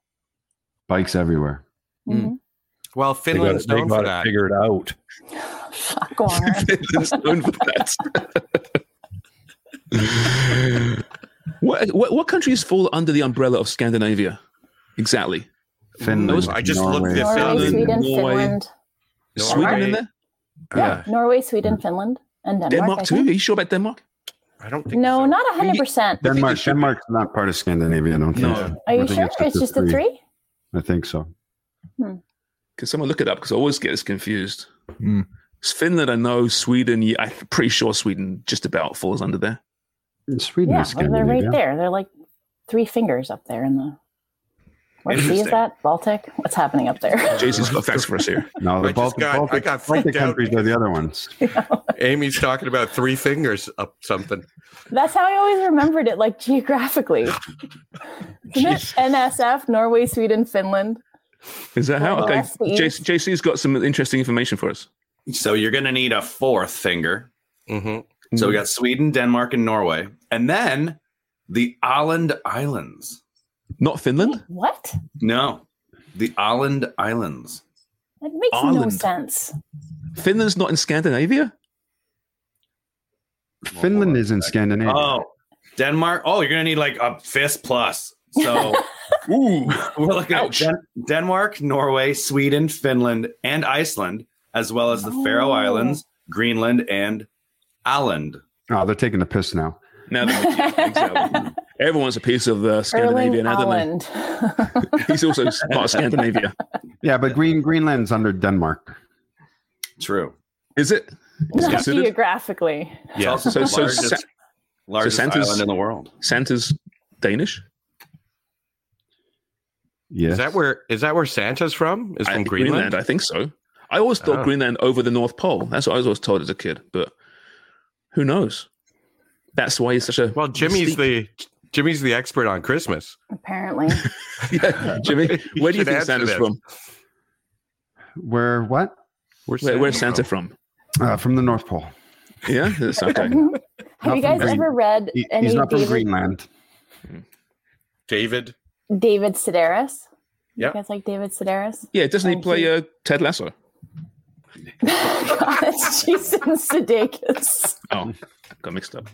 Speaker 10: Bikes everywhere.
Speaker 5: hmm,
Speaker 8: Well, Finland's
Speaker 9: they got it,
Speaker 8: known for
Speaker 9: they got it
Speaker 8: that.
Speaker 9: figured out.
Speaker 6: Finland's known for that. what, what what countries fall under the umbrella of Scandinavia? Exactly.
Speaker 10: Finland,
Speaker 6: Those-
Speaker 10: I just looked Norway. this
Speaker 5: Norway,
Speaker 10: Finland,
Speaker 5: Sweden,
Speaker 6: Norway.
Speaker 5: Finland.
Speaker 6: Is Sweden in there?
Speaker 5: Yeah, Norway, Sweden, Finland, and Denmark. I
Speaker 6: Denmark too? Are
Speaker 5: think.
Speaker 6: you sure about Denmark?
Speaker 8: I don't
Speaker 5: No, not hundred percent.
Speaker 10: Denmark, Denmark's not part of Scandinavia, I don't think.
Speaker 6: No.
Speaker 5: Are
Speaker 10: I
Speaker 5: you
Speaker 10: think
Speaker 5: sure? It's just the three.
Speaker 10: I think so.
Speaker 6: Can someone look it up? Because I always get this confused. It's Finland, I know. Sweden, yeah, I'm pretty sure Sweden just about falls under there.
Speaker 10: Sweden
Speaker 5: Yeah, well, they're right there. They're like three fingers up there in the. What sea is
Speaker 6: Interesting.
Speaker 5: that? Baltic? What's happening up there?
Speaker 6: Jason's got facts for us here.
Speaker 10: No, the
Speaker 8: I just
Speaker 10: Baltic,
Speaker 8: got- I
Speaker 10: Baltic,
Speaker 8: got freaked
Speaker 10: Baltic
Speaker 8: out.
Speaker 10: countries are the other ones.
Speaker 8: Amy's talking about three fingers up something.
Speaker 5: That's how I always remembered it, like geographically. Isn't it NSF, Norway, Sweden, Finland?
Speaker 6: Is that how?
Speaker 5: Well,
Speaker 6: Okay.
Speaker 5: that's the
Speaker 6: JC, JC's got some interesting information for us.
Speaker 2: So you're going to need a fourth finger. Mm-hmm. So we got Sweden, Denmark, and Norway, and then the Åland Islands.
Speaker 6: Not Finland?
Speaker 5: What?
Speaker 2: No, the Åland Islands.
Speaker 5: That makes no
Speaker 6: Ireland.
Speaker 5: sense. Hmm.
Speaker 6: Finland's not in Scandinavia?
Speaker 10: Finland is in Scandinavia.
Speaker 2: Oh, Denmark. Oh, you're going to need like a fist plus. So
Speaker 6: ooh,
Speaker 2: we're looking at Den- Denmark, Norway, Sweden, Finland, and Iceland, as well as the
Speaker 9: Oh.
Speaker 2: Faroe Islands, Greenland, and Åland.
Speaker 10: Oh, they're taking the piss now.
Speaker 6: Now that exactly. everyone's a piece of uh, Scandinavia now, don't
Speaker 5: Ireland.
Speaker 6: they? He's also part of Scandinavia.
Speaker 10: Yeah, but Green Greenland's under Denmark.
Speaker 2: True.
Speaker 6: Is it?
Speaker 5: Not
Speaker 6: considered-
Speaker 5: geographically.
Speaker 2: Yeah.
Speaker 6: So, so, so,
Speaker 2: Largest-
Speaker 6: Sa- so
Speaker 2: largest
Speaker 6: Santa's-
Speaker 2: island in the world.
Speaker 6: Santa's Danish?
Speaker 10: Yes.
Speaker 8: Is that where is that where Santa's from? Is from Greenland?
Speaker 6: I think so. I always thought
Speaker 8: Ah.
Speaker 6: Greenland over the North Pole. That's what I was always told as a kid, but who knows? That's why he's such a
Speaker 8: Well, Jimmy's the Jimmy's the expert on Christmas.
Speaker 5: Apparently.
Speaker 6: yeah, Jimmy.
Speaker 8: You
Speaker 6: Where do you
Speaker 8: should
Speaker 6: think
Speaker 8: answer
Speaker 6: Santa's
Speaker 8: this.
Speaker 6: from?
Speaker 10: Where what?
Speaker 8: Where's
Speaker 6: Where, where's Santa from?
Speaker 10: Uh, from the North Pole.
Speaker 6: Yeah, that's okay.
Speaker 5: Have you guys
Speaker 10: Green-
Speaker 5: ever read
Speaker 10: He-
Speaker 5: any
Speaker 10: he's not from
Speaker 5: David,
Speaker 10: Greenland.
Speaker 8: David.
Speaker 5: David Sedaris?
Speaker 6: Yeah.
Speaker 5: You guys like David Sedaris?
Speaker 6: Yeah, doesn't he
Speaker 5: Thank
Speaker 6: play
Speaker 5: you.
Speaker 6: uh, Ted Lasso?
Speaker 5: God, it's Jason Sudeikis.
Speaker 8: Mm.
Speaker 6: Oh, got mixed up.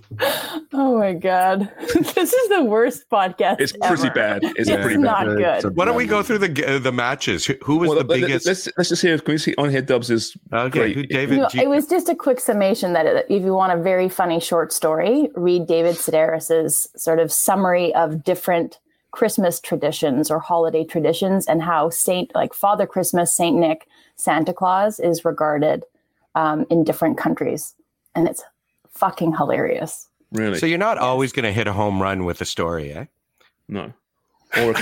Speaker 5: Oh my God, this is the worst podcast.
Speaker 6: It's pretty
Speaker 5: ever.
Speaker 6: bad. It's pretty
Speaker 10: Uh,
Speaker 5: not
Speaker 6: bad.
Speaker 5: good.
Speaker 8: Why don't we go through the g- uh, the matches? Who, who was
Speaker 6: Well,
Speaker 8: the
Speaker 6: let- let-
Speaker 8: biggest?
Speaker 6: Let's, let's just hear. Can we see on here Dubs is
Speaker 8: okay? Who, David?
Speaker 5: No,
Speaker 8: G-
Speaker 5: it was just a quick summation that it- if you want a very funny short story, read David Sedaris's sort of summary of different Christmas traditions or holiday traditions and how Saint, like Father Christmas, Saint Nick, Santa Claus is regarded um, in different countries, and it's fucking hilarious.
Speaker 6: Really?
Speaker 8: So you're not always going to hit a home run with a story, eh?
Speaker 6: No. Or,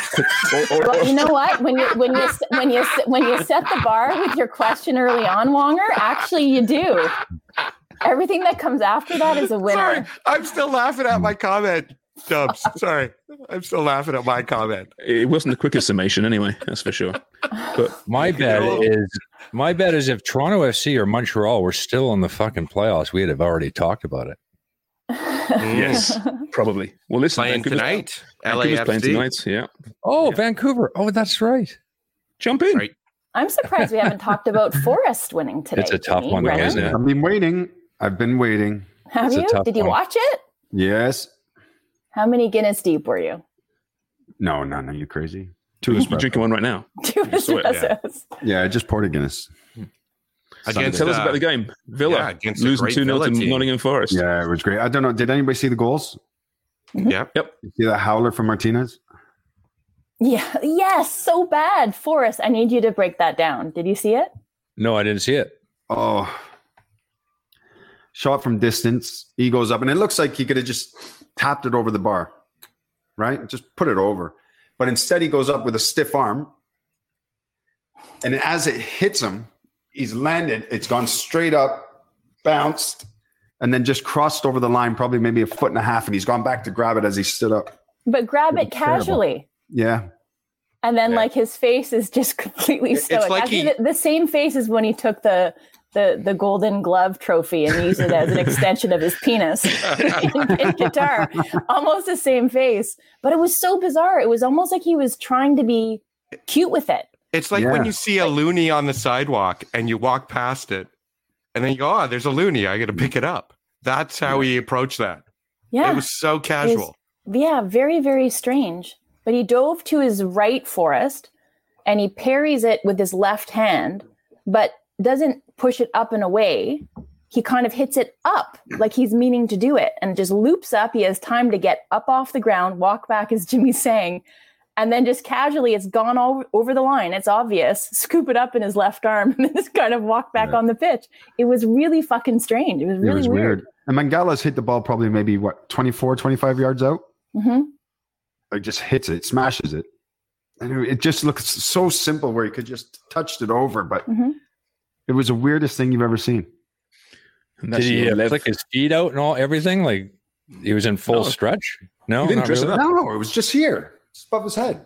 Speaker 5: Well, you know what? When you when you when you when you set the bar with your question early on, Wonger, actually you do. Everything that comes after that is a winner.
Speaker 8: Sorry, I'm still laughing at my comment, Dubs. Sorry, I'm still laughing at my comment.
Speaker 6: It wasn't the quickest summation, anyway. That's for sure. But
Speaker 9: my bet is my bet is if Toronto FC or Montreal were still in the fucking playoffs, we'd have already talked about it.
Speaker 6: yes, probably. Well, listen,
Speaker 8: Hmm.
Speaker 6: uh,
Speaker 8: Playing
Speaker 6: Vancouver's-
Speaker 8: tonight,
Speaker 6: Vancouver's playing tonight.
Speaker 8: LAFC.
Speaker 6: Yeah.
Speaker 9: Oh, Vancouver. Oh, that's right.
Speaker 6: Jump in.
Speaker 5: I'm surprised we haven't talked about Forest winning today.
Speaker 10: It's a tough
Speaker 5: Jimmy.
Speaker 10: one,
Speaker 5: Right?
Speaker 10: isn't it? I've been waiting. I've been waiting.
Speaker 5: Have
Speaker 10: It's a
Speaker 5: you?
Speaker 10: tough
Speaker 5: Did you
Speaker 10: one.
Speaker 5: watch it?
Speaker 10: Yes.
Speaker 5: How many Guinness deep were you?
Speaker 10: No, no, no. You crazy?
Speaker 6: Two
Speaker 10: is
Speaker 6: You're drinking one right now.
Speaker 5: Two espressos.
Speaker 10: Yeah, I just poured a Guinness.
Speaker 6: Against, tell us
Speaker 8: uh,
Speaker 6: about the game. Villa
Speaker 8: yeah, against a
Speaker 6: losing
Speaker 8: great
Speaker 6: two 0
Speaker 8: Villa
Speaker 6: to
Speaker 8: team.
Speaker 6: Nottingham Forest.
Speaker 10: Yeah, it was great. I don't know. Did anybody see the goals?
Speaker 8: Yep.
Speaker 6: Yep.
Speaker 10: You see that howler from Martinez?
Speaker 5: Yeah. Yes. So bad, Forest. I need you to break that down. Did you see it?
Speaker 9: No, I didn't see it.
Speaker 10: Oh. Shot from distance. He goes up, and it looks like he could have just tapped it over the bar, right? Just put it over. But instead, he goes up with a stiff arm. And as it hits him, he's landed. It's gone straight up, bounced, and then just crossed over the line, probably maybe a foot and a half. And he's gone back to grab it as he stood up.
Speaker 5: But grab it
Speaker 10: terrible.
Speaker 5: casually.
Speaker 10: Yeah.
Speaker 5: And then like his face is just completely
Speaker 8: It's
Speaker 5: stoic.
Speaker 8: like
Speaker 5: Actually,
Speaker 8: he-
Speaker 5: the, the same face as when he took the the the golden glove trophy and used it as an extension of his penis in, in Qatar. Almost the same face. But it was so bizarre. It was almost like he was trying to be cute with it.
Speaker 8: It's like when
Speaker 5: Yeah.
Speaker 8: you see a loony on the sidewalk and you walk past it, and then you go, "Oh, there's a loony. I got to pick it up." That's how he approached that.
Speaker 5: Yeah.
Speaker 8: It was so casual.
Speaker 5: Is- yeah, very, very strange. But he dove to his right forest and he parries it with his left hand, but doesn't push it up and away. He kind of hits it up like he's meaning to do it and just loops up. He has time to get up off the ground, walk back, as Jimmy's saying, and then just casually it's gone all over the line. It's obvious. Scoop it up in his left arm and then just kind of walk back on the pitch. It was really fucking strange. It was really
Speaker 10: it was
Speaker 5: weird.
Speaker 10: weird. And Mangala's hit the ball probably maybe, what, 24, 25 yards out?
Speaker 5: hmm
Speaker 10: like just hits it, smashes it. And it just looks so simple where he could just touched it over, but it was the weirdest thing you've ever seen.
Speaker 9: Did he uh, flick his feet out and all everything? Like he was in full
Speaker 10: No.
Speaker 9: stretch. No,
Speaker 10: He didn't
Speaker 9: not
Speaker 10: dress it
Speaker 9: really?
Speaker 10: up. No, no, it was just here. It's above his head.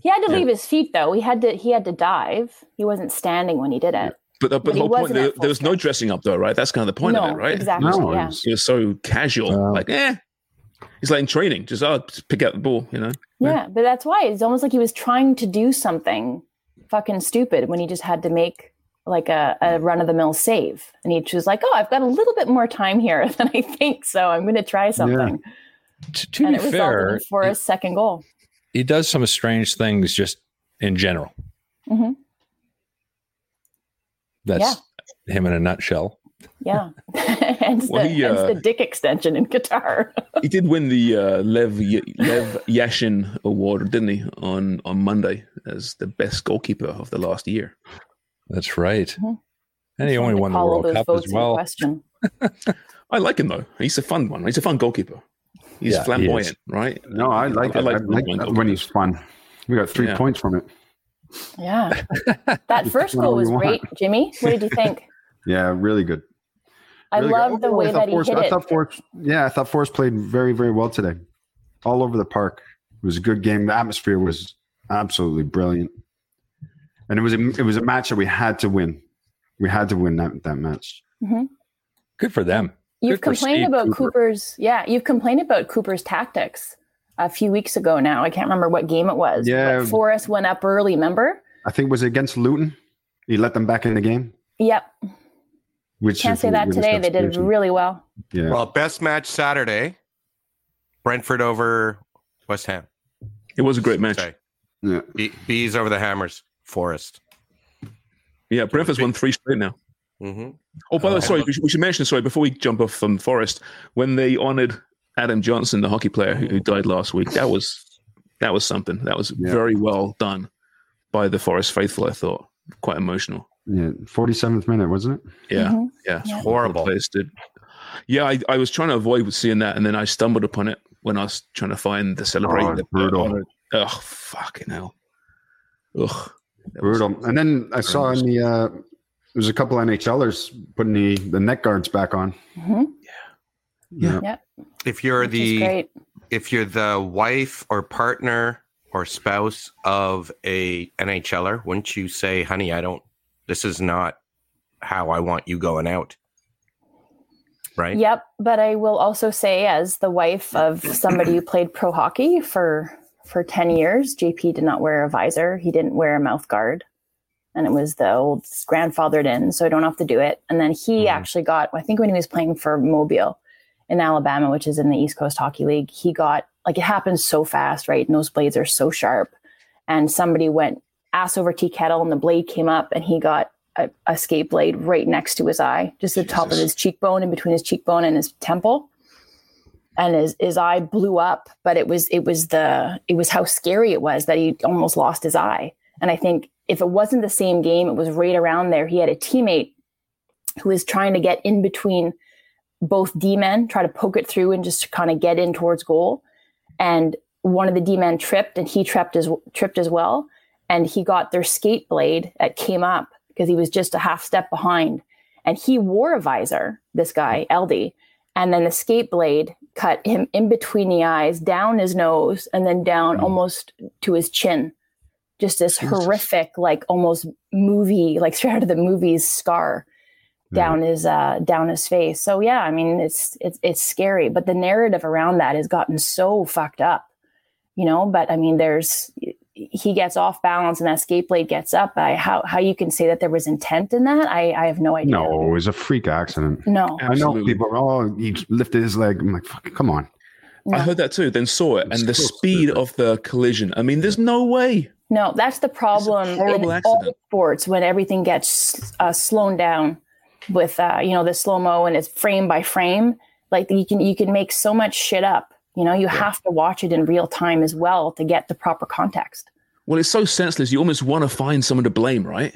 Speaker 5: He had to
Speaker 9: Yeah.
Speaker 5: leave his feet though. He had to he had to dive. He wasn't standing when he did it.
Speaker 6: But, uh,
Speaker 5: But he
Speaker 6: but the whole point,
Speaker 5: wasn't
Speaker 6: there,
Speaker 5: at full
Speaker 6: there was no dressing up, though, right? That's kind of the point of
Speaker 5: No,
Speaker 6: it, right?
Speaker 5: exactly, No, it yeah.
Speaker 6: It was so casual.
Speaker 9: Uh,
Speaker 6: like, eh. It's like in training, just, oh, just pick up the ball, you know?
Speaker 5: Yeah. but that's why it's almost like he was trying to do something fucking stupid when he just had to make like a, a run of the mill save. And he was like, "Oh, I've got a little bit more time here than I think, so I'm going to try something."
Speaker 9: To, to
Speaker 5: and
Speaker 9: be
Speaker 5: it resulted
Speaker 9: fair,
Speaker 5: in Forrest's second goal.
Speaker 9: he does some strange things just in general.
Speaker 5: hmm
Speaker 9: That's him in a nutshell.
Speaker 5: Yeah, hence,
Speaker 6: Well,
Speaker 5: the,
Speaker 6: he,
Speaker 5: hence
Speaker 6: uh,
Speaker 5: the dick extension in Qatar.
Speaker 6: He did win the uh, Lev Y- Lev Yashin Award, didn't he, on, on Monday as the best goalkeeper of the last year.
Speaker 9: That's right. And he only won the World Cup as well.
Speaker 5: Question.
Speaker 6: I like him, though. He's a fun one. He's a fun goalkeeper. He's
Speaker 10: Yeah, he
Speaker 6: flamboyant,
Speaker 10: is.
Speaker 6: right?
Speaker 10: No, I like
Speaker 6: I
Speaker 10: it.
Speaker 6: like
Speaker 10: I like
Speaker 6: when
Speaker 10: that when he's fun. We got three
Speaker 6: Yeah.
Speaker 10: points from it.
Speaker 5: Yeah, that first
Speaker 10: Whatever
Speaker 5: goal was
Speaker 10: you want.
Speaker 5: great, Jimmy. What did you think?
Speaker 10: Yeah, really good.
Speaker 5: I
Speaker 10: Really good.
Speaker 5: love the
Speaker 10: Overall, I
Speaker 5: way
Speaker 10: thought
Speaker 5: that he
Speaker 10: Forrest-
Speaker 5: hit
Speaker 10: I
Speaker 5: it.
Speaker 10: thought Forrest, yeah, I thought Forrest played very, very well today. All over the park. It was a good game. The atmosphere was absolutely brilliant. And it was a, it was a match that we had to win. We had to win that, that match.
Speaker 5: Mhm.
Speaker 9: Good for them.
Speaker 5: You've
Speaker 9: Good for
Speaker 5: complained
Speaker 9: Steve
Speaker 5: about
Speaker 9: Cooper.
Speaker 5: Cooper's, yeah, you've complained about Cooper's tactics a few weeks ago now. I can't remember what game it was.
Speaker 10: Yeah.
Speaker 5: But Forrest went up early, remember?
Speaker 10: I think it was against Luton. He let them back in the game.
Speaker 5: Yep.
Speaker 10: Which
Speaker 5: Can't
Speaker 10: is
Speaker 5: say
Speaker 10: what
Speaker 5: that
Speaker 10: we
Speaker 5: today.
Speaker 10: discussed
Speaker 5: They did
Speaker 10: originally.
Speaker 5: really well.
Speaker 10: Yeah.
Speaker 8: Well, best match Saturday, Brentford over West Ham.
Speaker 6: It was a great match.
Speaker 10: Yeah.
Speaker 8: bees over the Hammers. Forest.
Speaker 6: Yeah, Brentford's won three straight now.
Speaker 8: Mm-hmm.
Speaker 6: Oh, by the way,
Speaker 8: Uh,
Speaker 6: sorry, we should, we should mention, sorry, before we jump off from Forest, when they honoured Adam Johnson, the hockey player who, who died last week, that was that was something. That was very well done by the Forest faithful. I thought quite emotional.
Speaker 10: Yeah, forty seventh minute, wasn't it?
Speaker 5: Mm-hmm.
Speaker 6: Yeah, yeah,
Speaker 10: Yeah.
Speaker 6: horrible. Yeah, I, I was trying to avoid seeing that, and then I stumbled upon it when I was trying to find the celebration.
Speaker 10: Oh,
Speaker 6: that-
Speaker 10: brutal.
Speaker 6: Oh, fucking hell. Ugh.
Speaker 10: Brutal. And then I saw in the uh there's a couple NHLers putting the the neck guards back on. Yeah.
Speaker 5: Mm-hmm. Yep.
Speaker 8: If you're the
Speaker 5: great.
Speaker 8: if you're the wife or partner or spouse of a NHLer, wouldn't you say, "Honey, I don't. This is not how I want you going out." Right.
Speaker 5: Yep. But I will also say, as the wife of somebody who played pro hockey for for ten years, JP did not wear a visor. He didn't wear a mouth guard, and it was the old grandfathered in, so I don't have to do it. And then he actually got, I think, when he was playing for Mobile in Alabama, which is in the East Coast Hockey League, he got like it happens so fast, right? And those blades are so sharp, and somebody went ass over tea kettle, and the blade came up, and he got a, a skate blade right next to his eye, just the top of his cheekbone, and between his cheekbone and his temple, and his his eye blew up. But it was it was the it was how scary it was that he almost lost his eye. And I think if it wasn't the same game, it was right around there. He had a teammate who was trying to get in between both D men, try to poke it through and just kind of get in towards goal. And one of the D men tripped, and he tripped as tripped as well. And he got their skate blade that came up because he was just a half step behind. And he wore a visor, this guy, LD. And then the skate blade cut him in between the eyes, down his nose, and then down almost to his chin just this horrific, like almost movie, like straight out of the movies scar down his uh down his face. So yeah, I mean it's it's it's scary. But the narrative around that has gotten so fucked up. You know, but I mean there's he gets off balance and that skate blade gets up. I how how you can say that there was intent in that, I I have no idea.
Speaker 10: No, it was a freak accident.
Speaker 5: No.
Speaker 10: I know people are, oh, he lifted his leg. I'm like, fuck, come on.
Speaker 6: I heard that too, then saw it, and the speed of the collision. I mean, there's no way.
Speaker 5: No, that's the problem in
Speaker 6: horrible
Speaker 5: all sports when everything gets uh, slowed down with uh, you know the slow mo and it's frame by frame. Like you can you can make so much shit up. You know, you have to watch it in real time as well to get the proper context.
Speaker 6: Well, it's so senseless. You almost want to find someone to blame, right?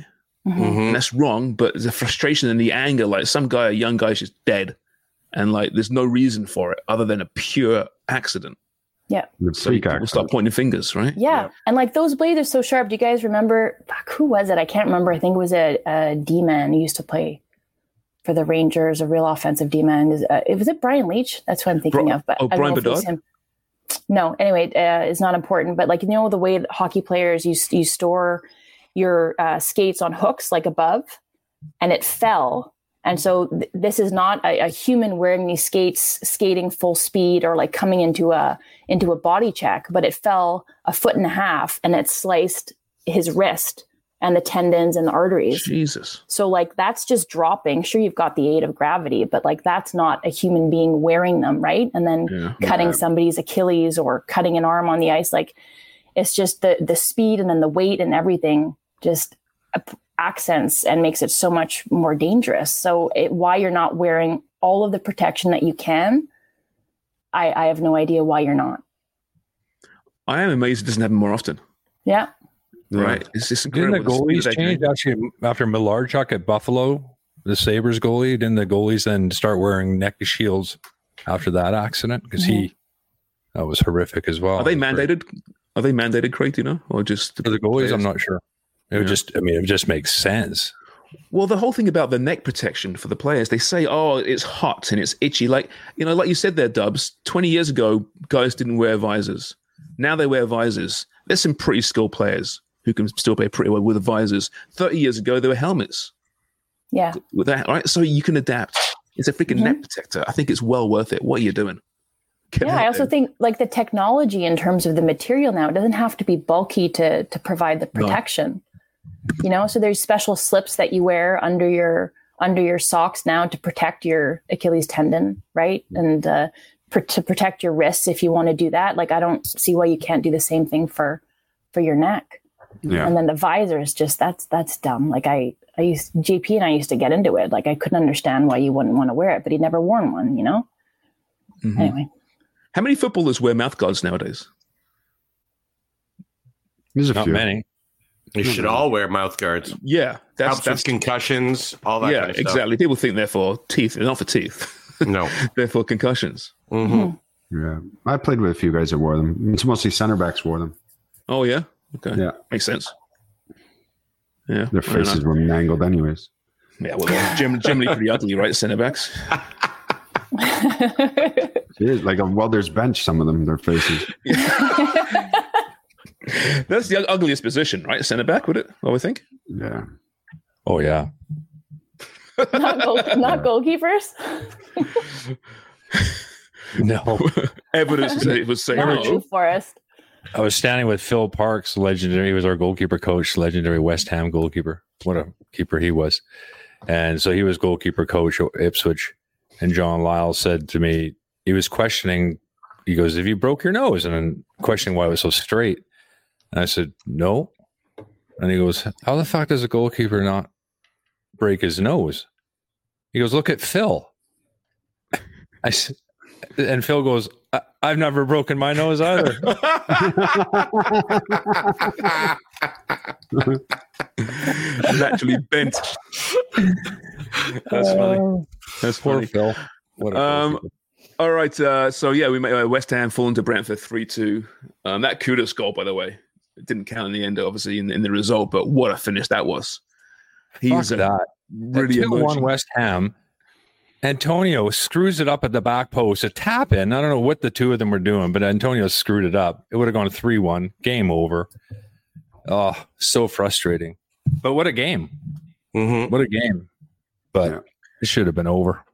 Speaker 5: Mhm.
Speaker 8: Mm-hmm.
Speaker 9: Mm.
Speaker 6: And that's wrong, but the frustration and the anger, like some guy, a young guy's just dead. And like there's no reason for it other than a pure accident.
Speaker 5: Yeah.
Speaker 6: So you people start pointing fingers, right?
Speaker 5: Yeah. And like those blades are so sharp. Do you guys remember? Fuck, who was it? I can't remember. I think it was a, a D man who used to play for the Rangers, a real offensive D man. Is, Uh, was it Brian Leach? That's what I'm thinking
Speaker 6: Bro-
Speaker 5: of. But
Speaker 6: oh,
Speaker 5: I don't
Speaker 6: Brian
Speaker 5: know if it was
Speaker 6: Bedard?
Speaker 5: him. No, anyway, uh, it's not important. But like, you know, the way that hockey players, you, you store your uh, skates on hooks, like above, and it fell. And so th- this is not a, a human wearing these skates skating full speed or like coming into a into a body check, but it fell a foot and a half and it sliced his wrist and the tendons and the arteries.
Speaker 6: Jesus.
Speaker 5: So like that's just dropping. Sure, you've got the aid of gravity, but like that's not a human being wearing them, right? And then
Speaker 6: Yeah.
Speaker 5: cutting
Speaker 6: Yeah.
Speaker 5: somebody's Achilles or cutting an arm on the ice, like it's just the the speed and then the weight and everything just ap- accents and makes it so much more dangerous. So it, why you're not wearing all of the protection that you can, I, I have no idea why you're not.
Speaker 6: I am amazed it doesn't happen more often.
Speaker 5: Yeah.
Speaker 6: Right. It's just
Speaker 9: Didn't
Speaker 6: incredible.
Speaker 9: the
Speaker 6: speed
Speaker 9: goalies
Speaker 6: they
Speaker 9: change
Speaker 6: can-
Speaker 9: actually after Millarchuk at Buffalo, the Sabres goalie? Didn't the goalies then start wearing neck shields after that accident? Because he that was horrific as well.
Speaker 6: Are they mandated? Are they mandated, Craig? Do you know? Or just
Speaker 9: for Oh, the goalies? I'm not sure. It would just I mean it just makes sense.
Speaker 6: Well, the whole thing about the neck protection for the players, they say, oh, it's hot and it's itchy. Like, you know, like you said there, Dubs, 20 years ago, guys didn't wear visors. Now they wear visors. There's some pretty skilled players who can still play pretty well with visors. 30 years ago, there were helmets
Speaker 5: Yeah.
Speaker 6: with that, right? So you can adapt. It's a freaking neck protector. I think it's well worth it. What are you doing? Get
Speaker 5: Mm-hmm. yeah,
Speaker 6: out
Speaker 5: I also
Speaker 6: there.
Speaker 5: think like the technology in terms of the material now, it doesn't have to be bulky to to provide the
Speaker 6: No.
Speaker 5: protection. You know, so there's special slips that you wear under your under your socks now to protect your Achilles tendon, right? And uh, pr- to protect your wrists if you want to do that. Like I don't see why you can't do the same thing for for your neck.
Speaker 10: Yeah.
Speaker 5: And then the visor is just that's that's dumb. Like I I used JP and I used to get into it. Like I couldn't understand why you wouldn't want to wear it, but he'd never worn one. You know.
Speaker 6: Mhm.
Speaker 5: Anyway.
Speaker 6: How many footballers wear mouth guards nowadays?
Speaker 10: There's
Speaker 6: a Not few. many.
Speaker 8: You should all wear mouth guards.
Speaker 6: Yeah, Mm-hmm. that's-
Speaker 8: helps with concussions, all that.
Speaker 6: yeah,
Speaker 8: kind of stuff.
Speaker 6: exactly. People think they're for teeth, they're not for teeth.
Speaker 8: No,
Speaker 6: they're for concussions. Mm-hmm.
Speaker 10: Yeah. I played with a few guys that wore them. It's mostly center backs wore them.
Speaker 6: Oh yeah, okay,
Speaker 10: Yeah.
Speaker 6: makes sense. Yeah.
Speaker 10: Their
Speaker 6: fair enough.
Speaker 10: faces were mangled, anyways.
Speaker 6: Yeah, well, they're gem- generally pretty ugly, right? Centre backs.
Speaker 10: It is like a welder's bench, some of them, their faces.
Speaker 6: That's the ugliest position, right? Centre back, would it? I would think.
Speaker 10: Yeah.
Speaker 9: Oh yeah.
Speaker 5: not, goal, not goalkeepers.
Speaker 9: No.
Speaker 6: Evidence is that it was saying
Speaker 5: Not Wake Forest.
Speaker 9: I was standing with Phil Parks, legendary. He was our goalkeeper coach, legendary West Ham goalkeeper. What a keeper he was! And so he was goalkeeper coach at Ipswich. And John Lyle said to me, he was questioning. He goes, "If you broke your nose?" And then questioning why it was so straight. And I said, "No." And he goes, "How the fuck does a goalkeeper not break his nose?" He goes, "Look at Phil." I said, and Phil goes, I- "I've never broken my nose either."
Speaker 8: Mm-hmm.
Speaker 6: naturally bent. That's funny. That's
Speaker 9: poor
Speaker 6: funny.
Speaker 9: Phil. Uh, What a
Speaker 6: Um, all right. Uh, so yeah, we made uh, West Ham falling to Brentford three two. Um, that Kudus goal, by the way, it didn't count in the end, obviously in, in the result. But what a finish that was! He's
Speaker 9: Fuck
Speaker 6: a
Speaker 9: that.
Speaker 6: really
Speaker 9: At 2-1
Speaker 6: emotional.
Speaker 9: West Ham. Antonio screws it up at the back post, a tap in. I don't know what the two of them were doing, but Antonio screwed it up. It would have gone 3 1, game over. Oh, so frustrating. But what a game.
Speaker 8: Mm-hmm.
Speaker 9: What a game. But it should have been over.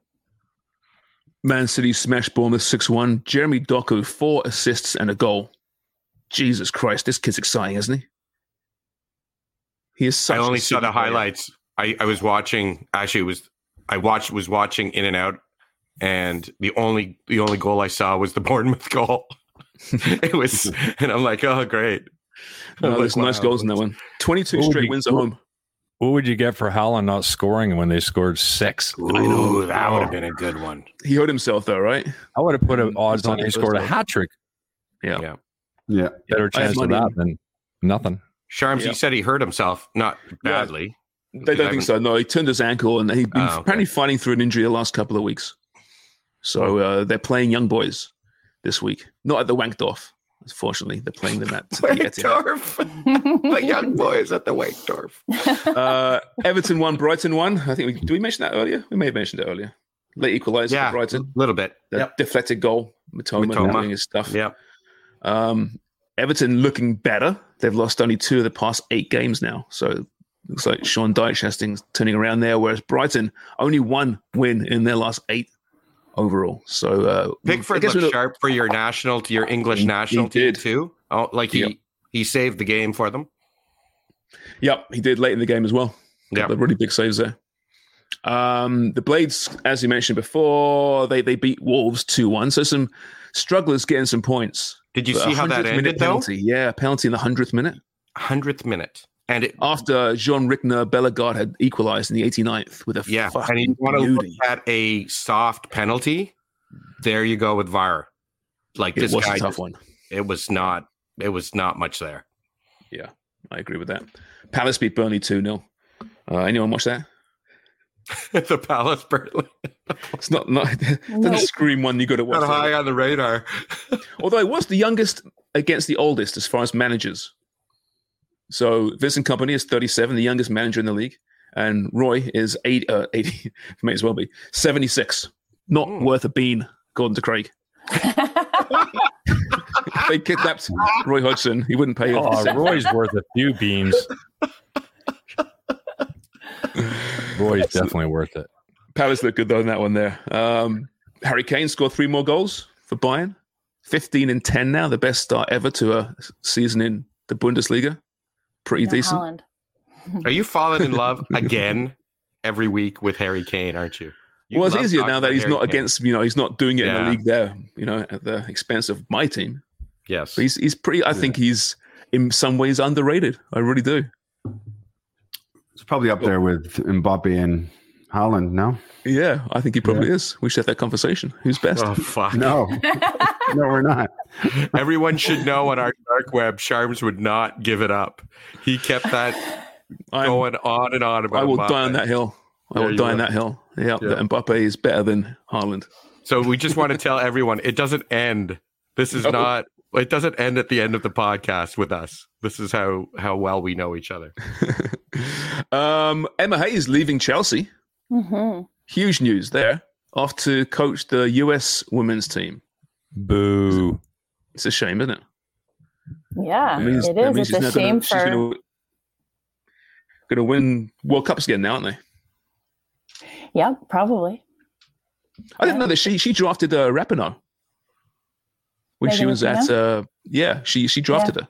Speaker 6: Man City smashed Bournemouth six one. Jeremy Doku four assists and a goal. Jesus Christ, this kid's exciting, isn't he? He is such
Speaker 8: I only
Speaker 6: a
Speaker 8: saw the
Speaker 6: super player.
Speaker 8: highlights. I, I was watching. Actually, it was I watched was watching In and Out, and the only the only goal I saw was the Bournemouth goal. it was, and I'm like, oh great. I'm
Speaker 6: No,
Speaker 8: like,
Speaker 6: Oh, there's nice
Speaker 8: wow.
Speaker 6: goals in that one. Twenty two
Speaker 9: What would
Speaker 6: straight
Speaker 9: you-
Speaker 6: wins at home.
Speaker 9: What would you get for Holland not scoring when they scored six?
Speaker 8: Ooh, that would have been a good one.
Speaker 6: He hurt himself though, right?
Speaker 9: I would have put an odds on he
Speaker 6: That's
Speaker 9: scored a
Speaker 6: awesome.
Speaker 9: hat trick.
Speaker 6: Yeah.
Speaker 8: Yeah.
Speaker 10: Yeah.
Speaker 9: Better
Speaker 8: I have
Speaker 9: chance of
Speaker 8: money.
Speaker 9: that than nothing.
Speaker 8: Sharms, he said he hurt himself, not badly.
Speaker 6: They don't think so. No, he turned his ankle and he's been
Speaker 8: Oh, okay.
Speaker 6: apparently fighting through an injury the last couple of weeks. So uh, they're playing young boys this week. Not at the Wankdorf, unfortunately. They're playing them at the Etihad.
Speaker 8: the young boys at the Wakedorf.
Speaker 6: uh, Everton won, Brighton won. I think we did we mention that earlier? We may have mentioned it earlier. Late equaliser for Brighton.
Speaker 8: A little bit.
Speaker 6: The deflected goal. Matoma,
Speaker 8: Mitoma.
Speaker 6: doing his stuff.
Speaker 8: Yep.
Speaker 6: Um, Everton looking better. They've lost only two of the past eight games now. So it looks like Sean Dyche has things turning around there, whereas Brighton only one win in their last eight overall. So uh, I
Speaker 8: Pickford
Speaker 6: guess we
Speaker 8: looked
Speaker 6: look-
Speaker 8: sharp for your national, to your English national team too. Oh, like he he saved the game for them.
Speaker 6: Yep, he did late in the game as well.
Speaker 8: Yeah.
Speaker 6: Couple of really big saves there. Um, the Blades, as you mentioned before, they they beat Wolves two one. So some strugglers getting some points.
Speaker 8: Did you
Speaker 6: But
Speaker 8: see
Speaker 6: a
Speaker 8: how that
Speaker 6: 100th minute
Speaker 8: ended, though?
Speaker 6: penalty. Yeah, penalty in the hundredth minute.
Speaker 8: Hundredth minute, and it,
Speaker 6: after Jean Rickner Bellegarde had equalised in the 89th with a
Speaker 8: Yeah,
Speaker 6: fucking
Speaker 8: and you want to look
Speaker 6: beauty.
Speaker 8: at a soft penalty. There you go with VAR. Like
Speaker 6: It
Speaker 8: this
Speaker 6: was a
Speaker 8: guy,
Speaker 6: tough one.
Speaker 8: It was not. It was not much there.
Speaker 6: Yeah, I agree with that. Palace beat Burnley two 0 uh, Anyone watch that?
Speaker 8: the Palace Burnley.
Speaker 6: it's not not doesn't
Speaker 8: No.
Speaker 6: scream one you got to watch.
Speaker 8: Not
Speaker 6: that.
Speaker 8: high on the radar.
Speaker 6: Although it was the youngest against the oldest as far as managers. So Vincent Company is 37, the youngest manager in the league, and Roy is eight, uh, 80, may as well be 76. Not
Speaker 9: Hmm.
Speaker 6: worth a bean, according to Craig. they kidnapped Roy Hodgson. He wouldn't pay.
Speaker 9: Oh, Roy's worth a few beans. Roy's definitely worth it.
Speaker 6: Palace look good though in that one there. Um, Harry Kane scored three more goals for Bayern, fifteen and ten now, the best start ever to a season in the Bundesliga. Pretty
Speaker 5: No,
Speaker 6: decent.
Speaker 5: Holland.
Speaker 8: Are you falling in love again every week with Harry Kane, aren't you? You
Speaker 6: well, it's
Speaker 8: love
Speaker 6: easier
Speaker 8: talking
Speaker 6: now that
Speaker 8: about
Speaker 6: he's
Speaker 8: Harry
Speaker 6: not
Speaker 8: Kane.
Speaker 6: against, you know, he's not doing it in
Speaker 8: Yeah.
Speaker 6: the league there, you know, at the expense of my team.
Speaker 8: Yes.
Speaker 6: But he's, he's pretty, I think he's in some ways underrated. I really do.
Speaker 10: It's probably up there with Mbappe and Holland. No,
Speaker 6: Yeah, I think he probably is. We should have that conversation. Who's best?
Speaker 8: Oh, fuck.
Speaker 10: No. no, we're not.
Speaker 8: Everyone should know on our dark web, Sharms would not give it up. He kept that going on and on about
Speaker 6: I will
Speaker 8: Mbappe.
Speaker 6: die on that hill. I
Speaker 8: Yeah,
Speaker 6: will
Speaker 8: you
Speaker 6: die on
Speaker 8: will.
Speaker 6: that hill. Yeah,
Speaker 8: Yeah.
Speaker 6: that Mbappe is better than Haaland.
Speaker 8: So we just want to tell everyone it doesn't end. This is
Speaker 6: No.
Speaker 8: not it doesn't end at the end of the podcast with us. This is how how well we know each other.
Speaker 6: Um, Emma Hayes leaving Chelsea.
Speaker 5: Mm-hmm.
Speaker 6: Huge news there. Off to coach the US women's team.
Speaker 9: Boo.
Speaker 6: It's a shame, isn't it?
Speaker 5: Yeah,
Speaker 6: That means-
Speaker 5: it
Speaker 6: that
Speaker 5: is.
Speaker 6: means
Speaker 5: It's a
Speaker 6: she's now
Speaker 5: shame
Speaker 6: gonna,
Speaker 5: for.
Speaker 6: She's gonna, gonna win World Cups again now, aren't they?
Speaker 5: Yeah, probably.
Speaker 6: I didn't know that she she drafted uh, Rapinoe when she
Speaker 5: Megan
Speaker 6: was at
Speaker 5: Rapinoe?
Speaker 6: uh, yeah she she drafted
Speaker 5: Yeah.
Speaker 6: her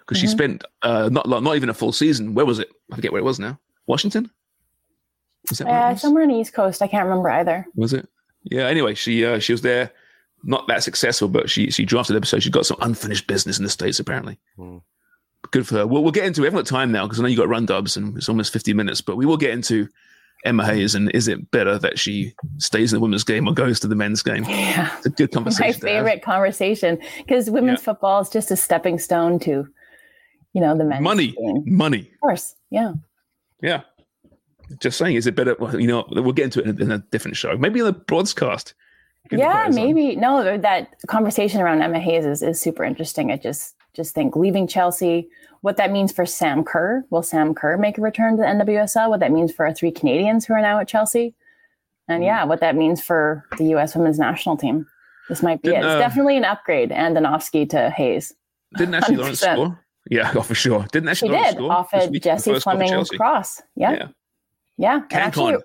Speaker 6: because she
Speaker 5: Mhm.
Speaker 6: spent uh, not lo- not even a full season. Where was it? I forget where it was now. Washington was that where it
Speaker 5: Uh,
Speaker 6: was?
Speaker 5: somewhere on the East Coast. I can't remember either.
Speaker 6: was it? Yeah. Anyway, she uh, she was there, not that successful, but she she drafted her, so she got some unfinished business in the states apparently. Good for her. We'll, we'll get into. We haven't got time now because I know you got run dubs and it's almost fifty minutes, but we will get into Emma Hayes and is it better that she stays in the women's game or goes to the men's game?
Speaker 5: Yeah.
Speaker 6: It's a good conversation.
Speaker 5: My
Speaker 6: to have.
Speaker 5: favorite conversation because women's football is just a stepping stone to, you know, the men's.
Speaker 6: Money, money.
Speaker 5: Of course. Yeah.
Speaker 6: Yeah. Just saying, is it better? Well, you know, we'll get into it in a, in a different show. Maybe in the broadcast.
Speaker 5: yeah, maybe. No, that conversation around Emma Hayes is, is super interesting. I just just think leaving Chelsea, what that means for Sam Kerr. Will Sam Kerr make a return to the NWSL? What that means for our three Canadians who are now at Chelsea?
Speaker 6: Hmm.
Speaker 5: And yeah, what that means for the U.S. women's national team. This might be it.
Speaker 6: Didn't,
Speaker 5: It's
Speaker 6: uh,
Speaker 5: definitely an upgrade and Anofsky to Hayes.
Speaker 6: Didn't Ashley Lawrence
Speaker 5: 100%.
Speaker 6: score? Yeah, oh, for sure. Didn't
Speaker 5: She
Speaker 6: Ashley Lawrence
Speaker 5: did
Speaker 6: score?
Speaker 5: off
Speaker 6: this
Speaker 5: of
Speaker 6: week, the
Speaker 5: Jesse
Speaker 6: first goal for
Speaker 5: Fleming's
Speaker 6: Chelsea?
Speaker 5: cross. Yeah.
Speaker 6: Yeah.
Speaker 5: Yeah. And actually,
Speaker 6: CanCon.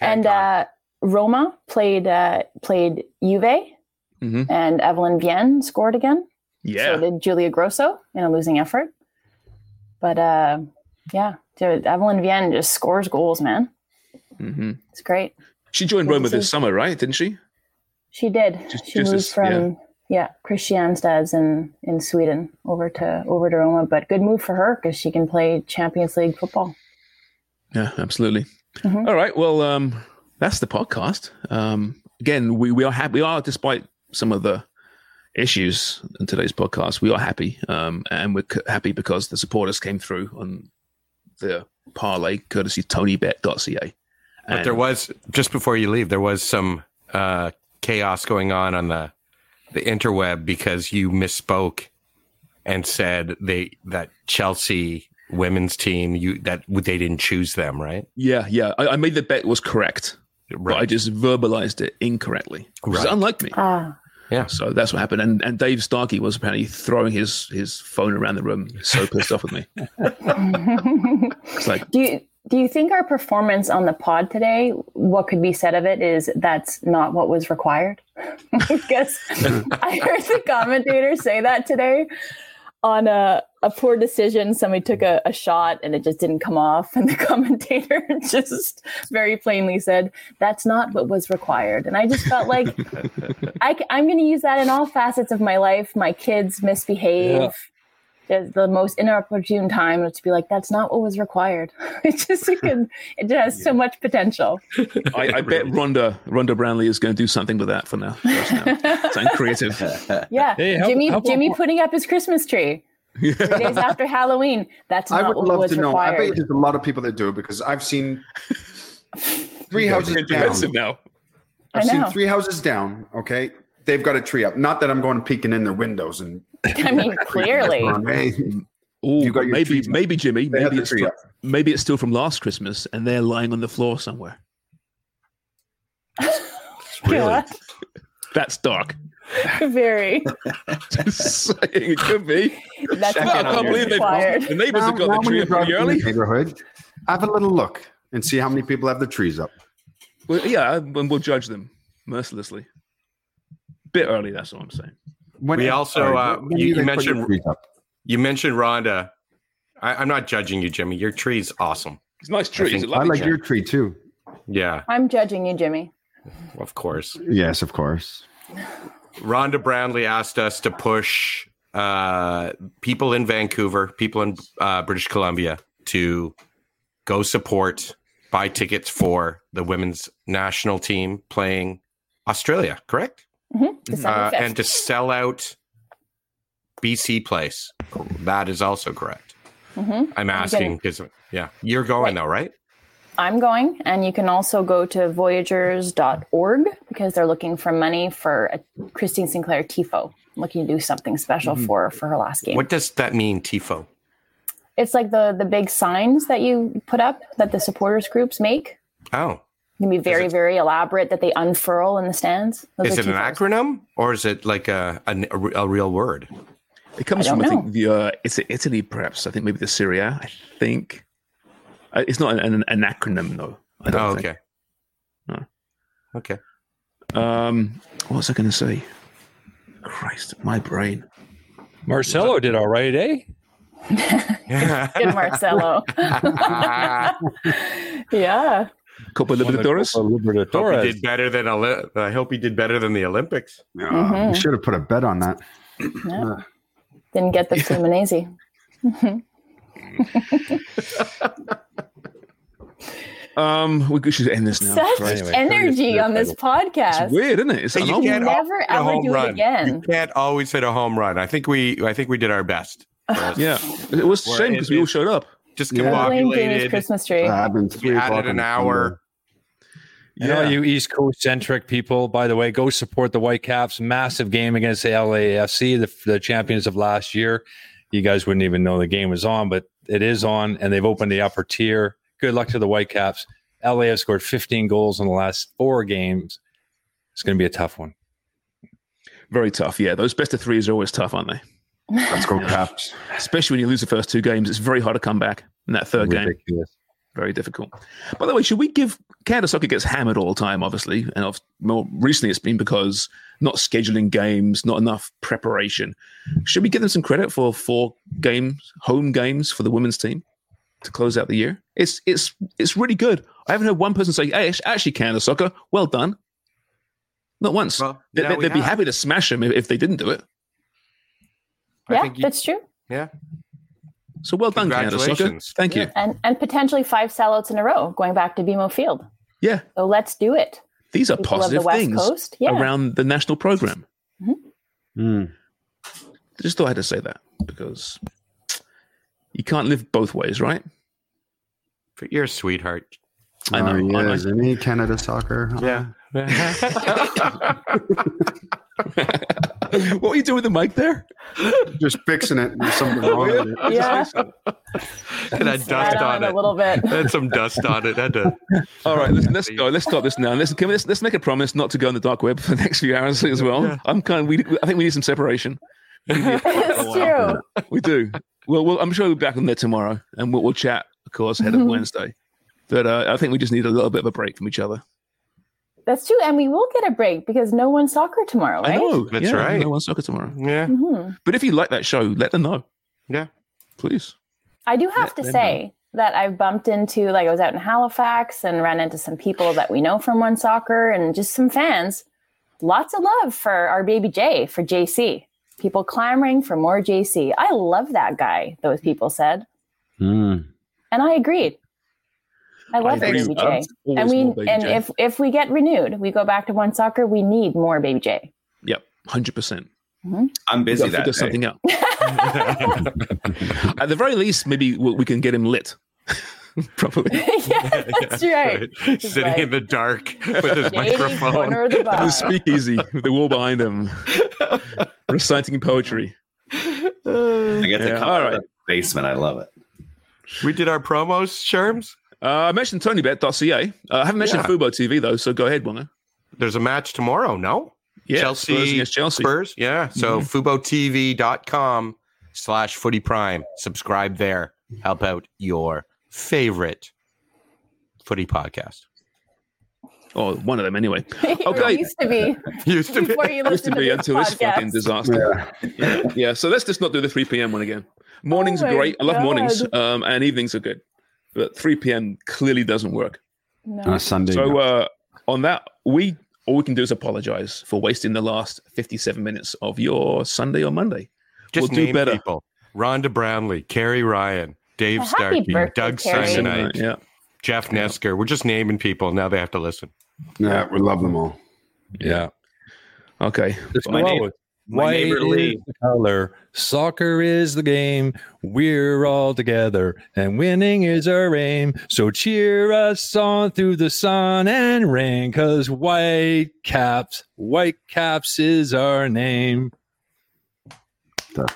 Speaker 5: and uh, Roma played uh, played Juve,
Speaker 6: Mhm.
Speaker 5: and Evelyn Vienne scored again.
Speaker 6: Yeah.
Speaker 5: So did Julia Grosso in a losing effort. But uh, yeah, dude, Evelyn Vienne just scores goals, man.
Speaker 6: Mhm.
Speaker 5: It's great.
Speaker 6: She joined
Speaker 5: Good to
Speaker 6: Roma this
Speaker 5: see.
Speaker 6: summer, right? Didn't she?
Speaker 5: She did.
Speaker 6: Just-
Speaker 5: she
Speaker 6: just
Speaker 5: moved
Speaker 6: as-
Speaker 5: from yeah, Kristianstads in in Sweden over to over to Roma. But good move for her because she can play Champions League football.
Speaker 6: Yeah, absolutely.
Speaker 5: Mm-hmm.
Speaker 6: All right. Well, um, that's the podcast. Um, again, we, we are happy. We are, despite some of the issues in today's podcast, we are happy. Um, and we're c- happy because the supporters came through on the parlay courtesy tonybet.ca.
Speaker 8: But
Speaker 6: And-
Speaker 8: there was just before you leave, there was some uh, chaos going on on the the interweb because you misspoke and said they that Chelsea women's team you that they didn't choose them, right?
Speaker 6: Yeah, yeah. I, I made the bet was correct, but I just verbalized it incorrectly. Which is
Speaker 8: Right.
Speaker 6: unlike me.
Speaker 5: Ah,
Speaker 8: Yeah.
Speaker 6: So that's what happened. And and Dave Starkey was apparently throwing his his phone around the room, so pissed off with me. It's like
Speaker 5: do you do you think our performance on the pod today? What could be said of it is that's not what was required. because I heard the commentator say that today on a, a poor decision. Somebody took a, a shot and it just didn't come off. And the commentator just very plainly said, That's not what was required. And I just felt like I, am going to use that in all facets of my life. My kids misbehave. The, the most inopportune time was to be like, that's not what was required. It just you can, it has so much potential.
Speaker 6: I, I bet Rhonda Rhonda Brownlee is going to do something with that for now. for us now. Something creative.
Speaker 5: Yeah,
Speaker 6: how-
Speaker 5: Jimmy.
Speaker 6: how about-
Speaker 5: Jimmy putting up his Christmas tree three days after Halloween. That's
Speaker 10: I
Speaker 5: not
Speaker 10: would
Speaker 5: what
Speaker 10: love
Speaker 5: was
Speaker 10: to know. I bet
Speaker 5: required.
Speaker 10: there's a lot of people that do because I've seen three
Speaker 11: You guys
Speaker 10: houses
Speaker 11: are
Speaker 10: down.
Speaker 11: defensive
Speaker 6: now.
Speaker 10: I've
Speaker 5: I
Speaker 10: seen
Speaker 5: know.
Speaker 10: three houses down. Okay, they've got a tree up. Not that I'm going peeking in their windows and
Speaker 5: I, mean, clearly.
Speaker 6: Ooh,
Speaker 10: you got your
Speaker 6: maybe
Speaker 10: trees up.
Speaker 6: maybe Jimmy,
Speaker 10: They have
Speaker 6: maybe
Speaker 10: the
Speaker 6: it's
Speaker 10: tree
Speaker 6: fr-
Speaker 10: up.
Speaker 6: maybe it's still from last Christmas and they're lying on the floor somewhere.
Speaker 5: Really?
Speaker 6: That's dark.
Speaker 5: Very.
Speaker 6: Just saying, it could be.
Speaker 5: That's
Speaker 6: Well,
Speaker 5: not
Speaker 6: I can't
Speaker 5: what was
Speaker 6: believe they've
Speaker 5: required.
Speaker 6: the neighbors have got the
Speaker 10: when
Speaker 6: tree
Speaker 10: you
Speaker 6: up
Speaker 10: drive
Speaker 6: pretty
Speaker 10: through
Speaker 6: early.
Speaker 10: the Neighborhood. Have a little look and see how many people have the trees up.
Speaker 6: Well, yeah, and we'll judge them mercilessly. Bit early, that's all I'm saying.
Speaker 8: we also
Speaker 10: sorry,
Speaker 8: uh,
Speaker 10: when do
Speaker 8: you,
Speaker 10: they
Speaker 8: you
Speaker 10: put your
Speaker 8: mentioned
Speaker 10: trees up?
Speaker 8: you mentioned Rhonda. I, I'm not judging you, Jimmy. Your tree's awesome.
Speaker 6: It's a nice
Speaker 8: tree. It's a
Speaker 10: I
Speaker 8: lovely
Speaker 10: like
Speaker 8: tree.
Speaker 10: your tree too.
Speaker 8: Yeah,
Speaker 5: I'm judging you, Jimmy.
Speaker 8: of course.
Speaker 10: Yes, of course.
Speaker 8: Rhonda Brownlee asked us to push uh, people in Vancouver, people in uh, British Columbia to go support, buy tickets for the women's national team playing Australia, correct? Uh, and to sell out BC Place. That is also correct.
Speaker 5: Mhm.
Speaker 8: I'm asking because, yeah, you're going though, right?
Speaker 5: I'm going, and you can also go to voyagers.org because they're looking for money for a Christine Sinclair Tifo. Looking to do something special
Speaker 6: Mm-hmm.
Speaker 8: Mhm.
Speaker 5: for for her last game.
Speaker 8: What does that mean, Tifo?
Speaker 5: It's like the the big signs that you put up that the supporters groups make.
Speaker 8: Oh,
Speaker 5: It can be very very elaborate that they unfurl in the stands. Those
Speaker 8: is
Speaker 5: are
Speaker 8: it an
Speaker 5: Tifos.
Speaker 8: acronym or is it like a, an- a, re- a real word?
Speaker 6: It comes
Speaker 5: I
Speaker 6: from
Speaker 5: don't
Speaker 6: I think the uh, it's Italy, perhaps. I think maybe the Syria. I think Uh, it's not an, an acronym though. I don't
Speaker 8: Oh,
Speaker 6: think.
Speaker 8: okay.
Speaker 6: No.
Speaker 8: Okay.
Speaker 6: Um, what was I going to say? Christ, my brain.
Speaker 9: Marcelo did all right, eh?
Speaker 5: Good Marcelo. yeah.
Speaker 6: Copa
Speaker 8: Libertadores? Hope he
Speaker 10: Libertadores.
Speaker 8: did better than Oli- I hope he did better than the Olympics.
Speaker 10: Uh,
Speaker 5: Mhm.
Speaker 10: You should have put a bet on that.
Speaker 5: Yeah. Didn't get the Fluminense.
Speaker 6: Um, we should end this now.
Speaker 5: Such
Speaker 6: Christ.
Speaker 5: energy on this podcast.
Speaker 6: It's weird, isn't it? It's
Speaker 8: Hey,
Speaker 6: an old-
Speaker 8: always
Speaker 5: Never
Speaker 8: hit a
Speaker 5: ever
Speaker 8: home
Speaker 5: do it
Speaker 8: run. You
Speaker 5: again.
Speaker 8: can't always hit a home run. I think we I think we did our best.
Speaker 6: yeah, it was a
Speaker 8: We're-
Speaker 6: shame because we all
Speaker 8: it's
Speaker 6: showed up.
Speaker 8: Just
Speaker 6: Yeah.
Speaker 5: Blame Jamie's
Speaker 8: combobulated.
Speaker 5: Christmas
Speaker 10: Uh,
Speaker 5: tree.
Speaker 8: Uh, We added an hour.
Speaker 9: You know, you East Coast centric people, by the way, go support the Whitecaps. Massive game against the LAFC, the, the champions of last year. You guys wouldn't even know the game was on, but it is on, and they've opened the upper tier. Good luck to the Whitecaps. LA have scored 15 goals in the last four games. It's going to be a tough one.
Speaker 6: Very tough. Yeah, those best of threes are always tough, aren't they?
Speaker 10: Let's go,
Speaker 6: Caps. Especially when you lose the first two games, it's very hard to come back in that third game. Very difficult. By the way, should we give Canada Soccer gets hammered all the time, obviously, and of, more recently it's been because not scheduling games, not enough preparation. Should we give them some credit for four games, home games for the women's team to close out the year? It's it's it's really good. I haven't heard one person say, "Hey, actually, Canada Soccer, well done." Not once. they,
Speaker 8: now
Speaker 6: would
Speaker 8: we
Speaker 6: be
Speaker 8: have.
Speaker 6: happy to smash them if, if they didn't do it.
Speaker 5: Yeah,
Speaker 8: think you-
Speaker 5: that's true.
Speaker 8: Yeah.
Speaker 6: So well done, Canada Soccer.
Speaker 8: Congratulations.
Speaker 6: Thank you.
Speaker 5: And and potentially five sellouts in a row going back to BMO Field.
Speaker 6: Yeah.
Speaker 5: So let's do it.
Speaker 6: These are
Speaker 5: People of the
Speaker 6: positive
Speaker 5: West
Speaker 6: things
Speaker 5: Coast, yeah.
Speaker 6: around the national program.
Speaker 10: Mm.
Speaker 6: I just thought I had to say that because you can't live both ways, right?
Speaker 8: But you're a sweetheart.
Speaker 6: I know.
Speaker 10: Oh,
Speaker 6: I know.
Speaker 10: yes, any Canada soccer?
Speaker 8: Yeah.
Speaker 6: what were you doing with the mic there?
Speaker 10: Just fixing it. There's something wrong with it.
Speaker 5: Yeah.
Speaker 8: It had dust
Speaker 5: Add
Speaker 8: on
Speaker 5: on a
Speaker 8: it.
Speaker 5: little bit.
Speaker 8: It had some dust on it. Had to,
Speaker 6: All right, listen, let's go. Let's stop this now. Let's can we, let's, let's make a promise not to go on the dark web for the next few hours as well. I'm kind. Of, we I think we need some separation.
Speaker 5: it's true.
Speaker 6: We do. well, we'll I'm sure we'll be back on there tomorrow, and we'll, we'll chat, of course, ahead
Speaker 5: Mm-hmm.
Speaker 6: of Wednesday. But uh, I think we just need a little bit of a break from each other.
Speaker 5: That's true. And we will get a break because no one's soccer tomorrow, right?
Speaker 6: I know.
Speaker 8: That's
Speaker 6: yeah,
Speaker 8: right.
Speaker 6: No one soccer tomorrow.
Speaker 8: yeah.
Speaker 5: Mhm.
Speaker 6: But if you like that show, let them know.
Speaker 8: Yeah.
Speaker 6: Please.
Speaker 5: I do have to
Speaker 6: them
Speaker 5: say that I've bumped into, like, I was out in Halifax and ran into some people that we know from One Soccer and just some fans. Lots of love for our baby Jay, for JC. People clamoring for more JC. I love that guy, those people said.
Speaker 10: Mm.
Speaker 5: And I agreed. I love
Speaker 6: agree
Speaker 5: Baby
Speaker 6: with that.
Speaker 5: J.
Speaker 6: It's always
Speaker 5: And we
Speaker 6: more Baby
Speaker 5: and
Speaker 6: J.
Speaker 5: if if we get renewed, we go back to one soccer, we need more Baby J.
Speaker 6: Yep. Hundred percent.
Speaker 5: Mhm.
Speaker 2: I'm busy
Speaker 6: Figure
Speaker 2: that day.
Speaker 6: something out. At the very least, maybe we we can get him lit. Properly.
Speaker 5: yeah, that's right. That's
Speaker 8: Sitting
Speaker 5: right.
Speaker 8: in the dark with his
Speaker 5: Shady corner
Speaker 8: microphone.
Speaker 5: of the bar.
Speaker 6: the speakeasy with the wall behind him, reciting poetry.
Speaker 2: I get to
Speaker 6: Yeah,
Speaker 2: come
Speaker 6: all
Speaker 2: out of
Speaker 6: right.
Speaker 2: the basement. I love it.
Speaker 8: We did our promos, Sherms.
Speaker 6: Uh, I mentioned TonyBet.ca. Uh, I haven't mentioned
Speaker 8: Yeah.
Speaker 6: Fubo TV though, so go ahead, Wonga.
Speaker 8: There's a match tomorrow, no?
Speaker 6: Yeah,
Speaker 8: Chelsea,
Speaker 6: Spurs against Chelsea.
Speaker 8: Spurs, yeah. So
Speaker 5: Mm-hmm.
Speaker 8: FuboTV.com slash footy prime. Subscribe there. Help out your favorite footy podcast.
Speaker 6: Or Oh, one of them, anyway.
Speaker 5: Or
Speaker 6: Okay.
Speaker 5: used to be.
Speaker 8: Used to be
Speaker 5: Before you
Speaker 6: Used
Speaker 5: listen
Speaker 6: to be
Speaker 5: this
Speaker 6: until this
Speaker 5: podcast.
Speaker 6: fucking disaster. Yeah. yeah. So let's just not do the 3 p.m. one again. Mornings
Speaker 5: Oh
Speaker 6: are
Speaker 5: my
Speaker 6: great. I love mornings,
Speaker 5: God.
Speaker 6: um, and evenings are good, but 3 p.m. clearly doesn't work.
Speaker 5: No.
Speaker 10: On a Sunday,
Speaker 6: So
Speaker 10: no.
Speaker 6: uh, on that, we all we can do is apologize for wasting the last 57 minutes of your Sunday or Monday.
Speaker 8: Just
Speaker 6: we'll do
Speaker 8: name
Speaker 6: better.
Speaker 8: people. Rhonda Brownlee, Carrie Ryan, Dave
Speaker 5: Well, happy
Speaker 8: Starkey,
Speaker 5: birthday,
Speaker 8: Doug
Speaker 5: Carrie.
Speaker 8: Simonite,
Speaker 6: Yeah.
Speaker 8: Jeff Nesker. We're just naming people. Now they have to listen.
Speaker 10: Yeah, we love them all.
Speaker 9: Yeah.
Speaker 6: Okay.
Speaker 9: My neighbor,
Speaker 2: my neighbor Lee.
Speaker 9: the color. Soccer is the game. We're all together, and winning is our aim. So cheer us on through the sun and rain, because white caps, white caps is our name.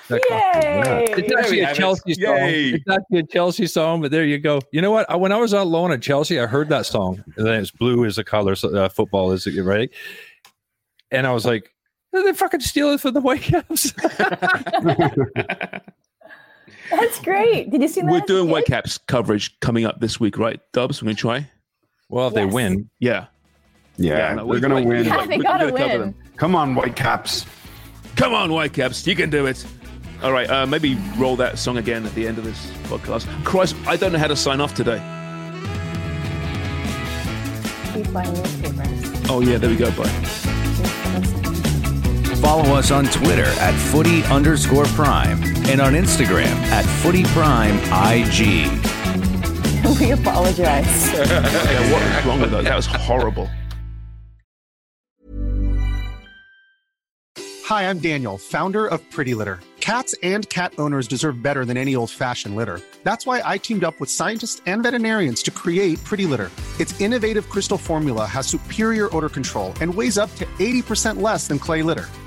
Speaker 5: Yay!
Speaker 9: It's actually a Chelsea song.
Speaker 5: Yay.
Speaker 9: It's actually a Chelsea song, but there you go. You know what? I, when I was out alone at Chelsea, I heard that song. And then it's blue is the color. So, uh, football is it right? And I was like, "Did they fucking steal it from the White Caps?"
Speaker 5: That's great. Did you see that?
Speaker 6: We're doing Whitecaps coverage coming up this week, right? Dubs, we're going to try.
Speaker 9: Well, if
Speaker 6: they
Speaker 9: win.
Speaker 6: Yeah.
Speaker 10: Yeah,
Speaker 6: no,
Speaker 10: they're gonna
Speaker 6: wait,
Speaker 10: win.
Speaker 6: wait, Yeah, they we're gotta gonna cover win. them.
Speaker 10: Come on, Whitecaps.
Speaker 6: Come on, Whitecaps. You can do it. All right. Uh, maybe roll that song again at the end of this podcast. Christ, I don't know how to sign off today.
Speaker 5: Keep buying newspapers.
Speaker 6: Oh, yeah. There we go. Bye.
Speaker 4: Follow us on Twitter at footy underscore prime and on Instagram at footy prime IG.
Speaker 5: we apologize.
Speaker 6: yeah, what was wrong with that? That was horrible.
Speaker 14: Hi, I'm Daniel, founder of Pretty Litter. Cats and cat owners deserve better than any old fashioned litter. That's why I teamed up with scientists and veterinarians to create Pretty Litter. Its innovative crystal formula has superior odor control and weighs up to 80% less than clay litter.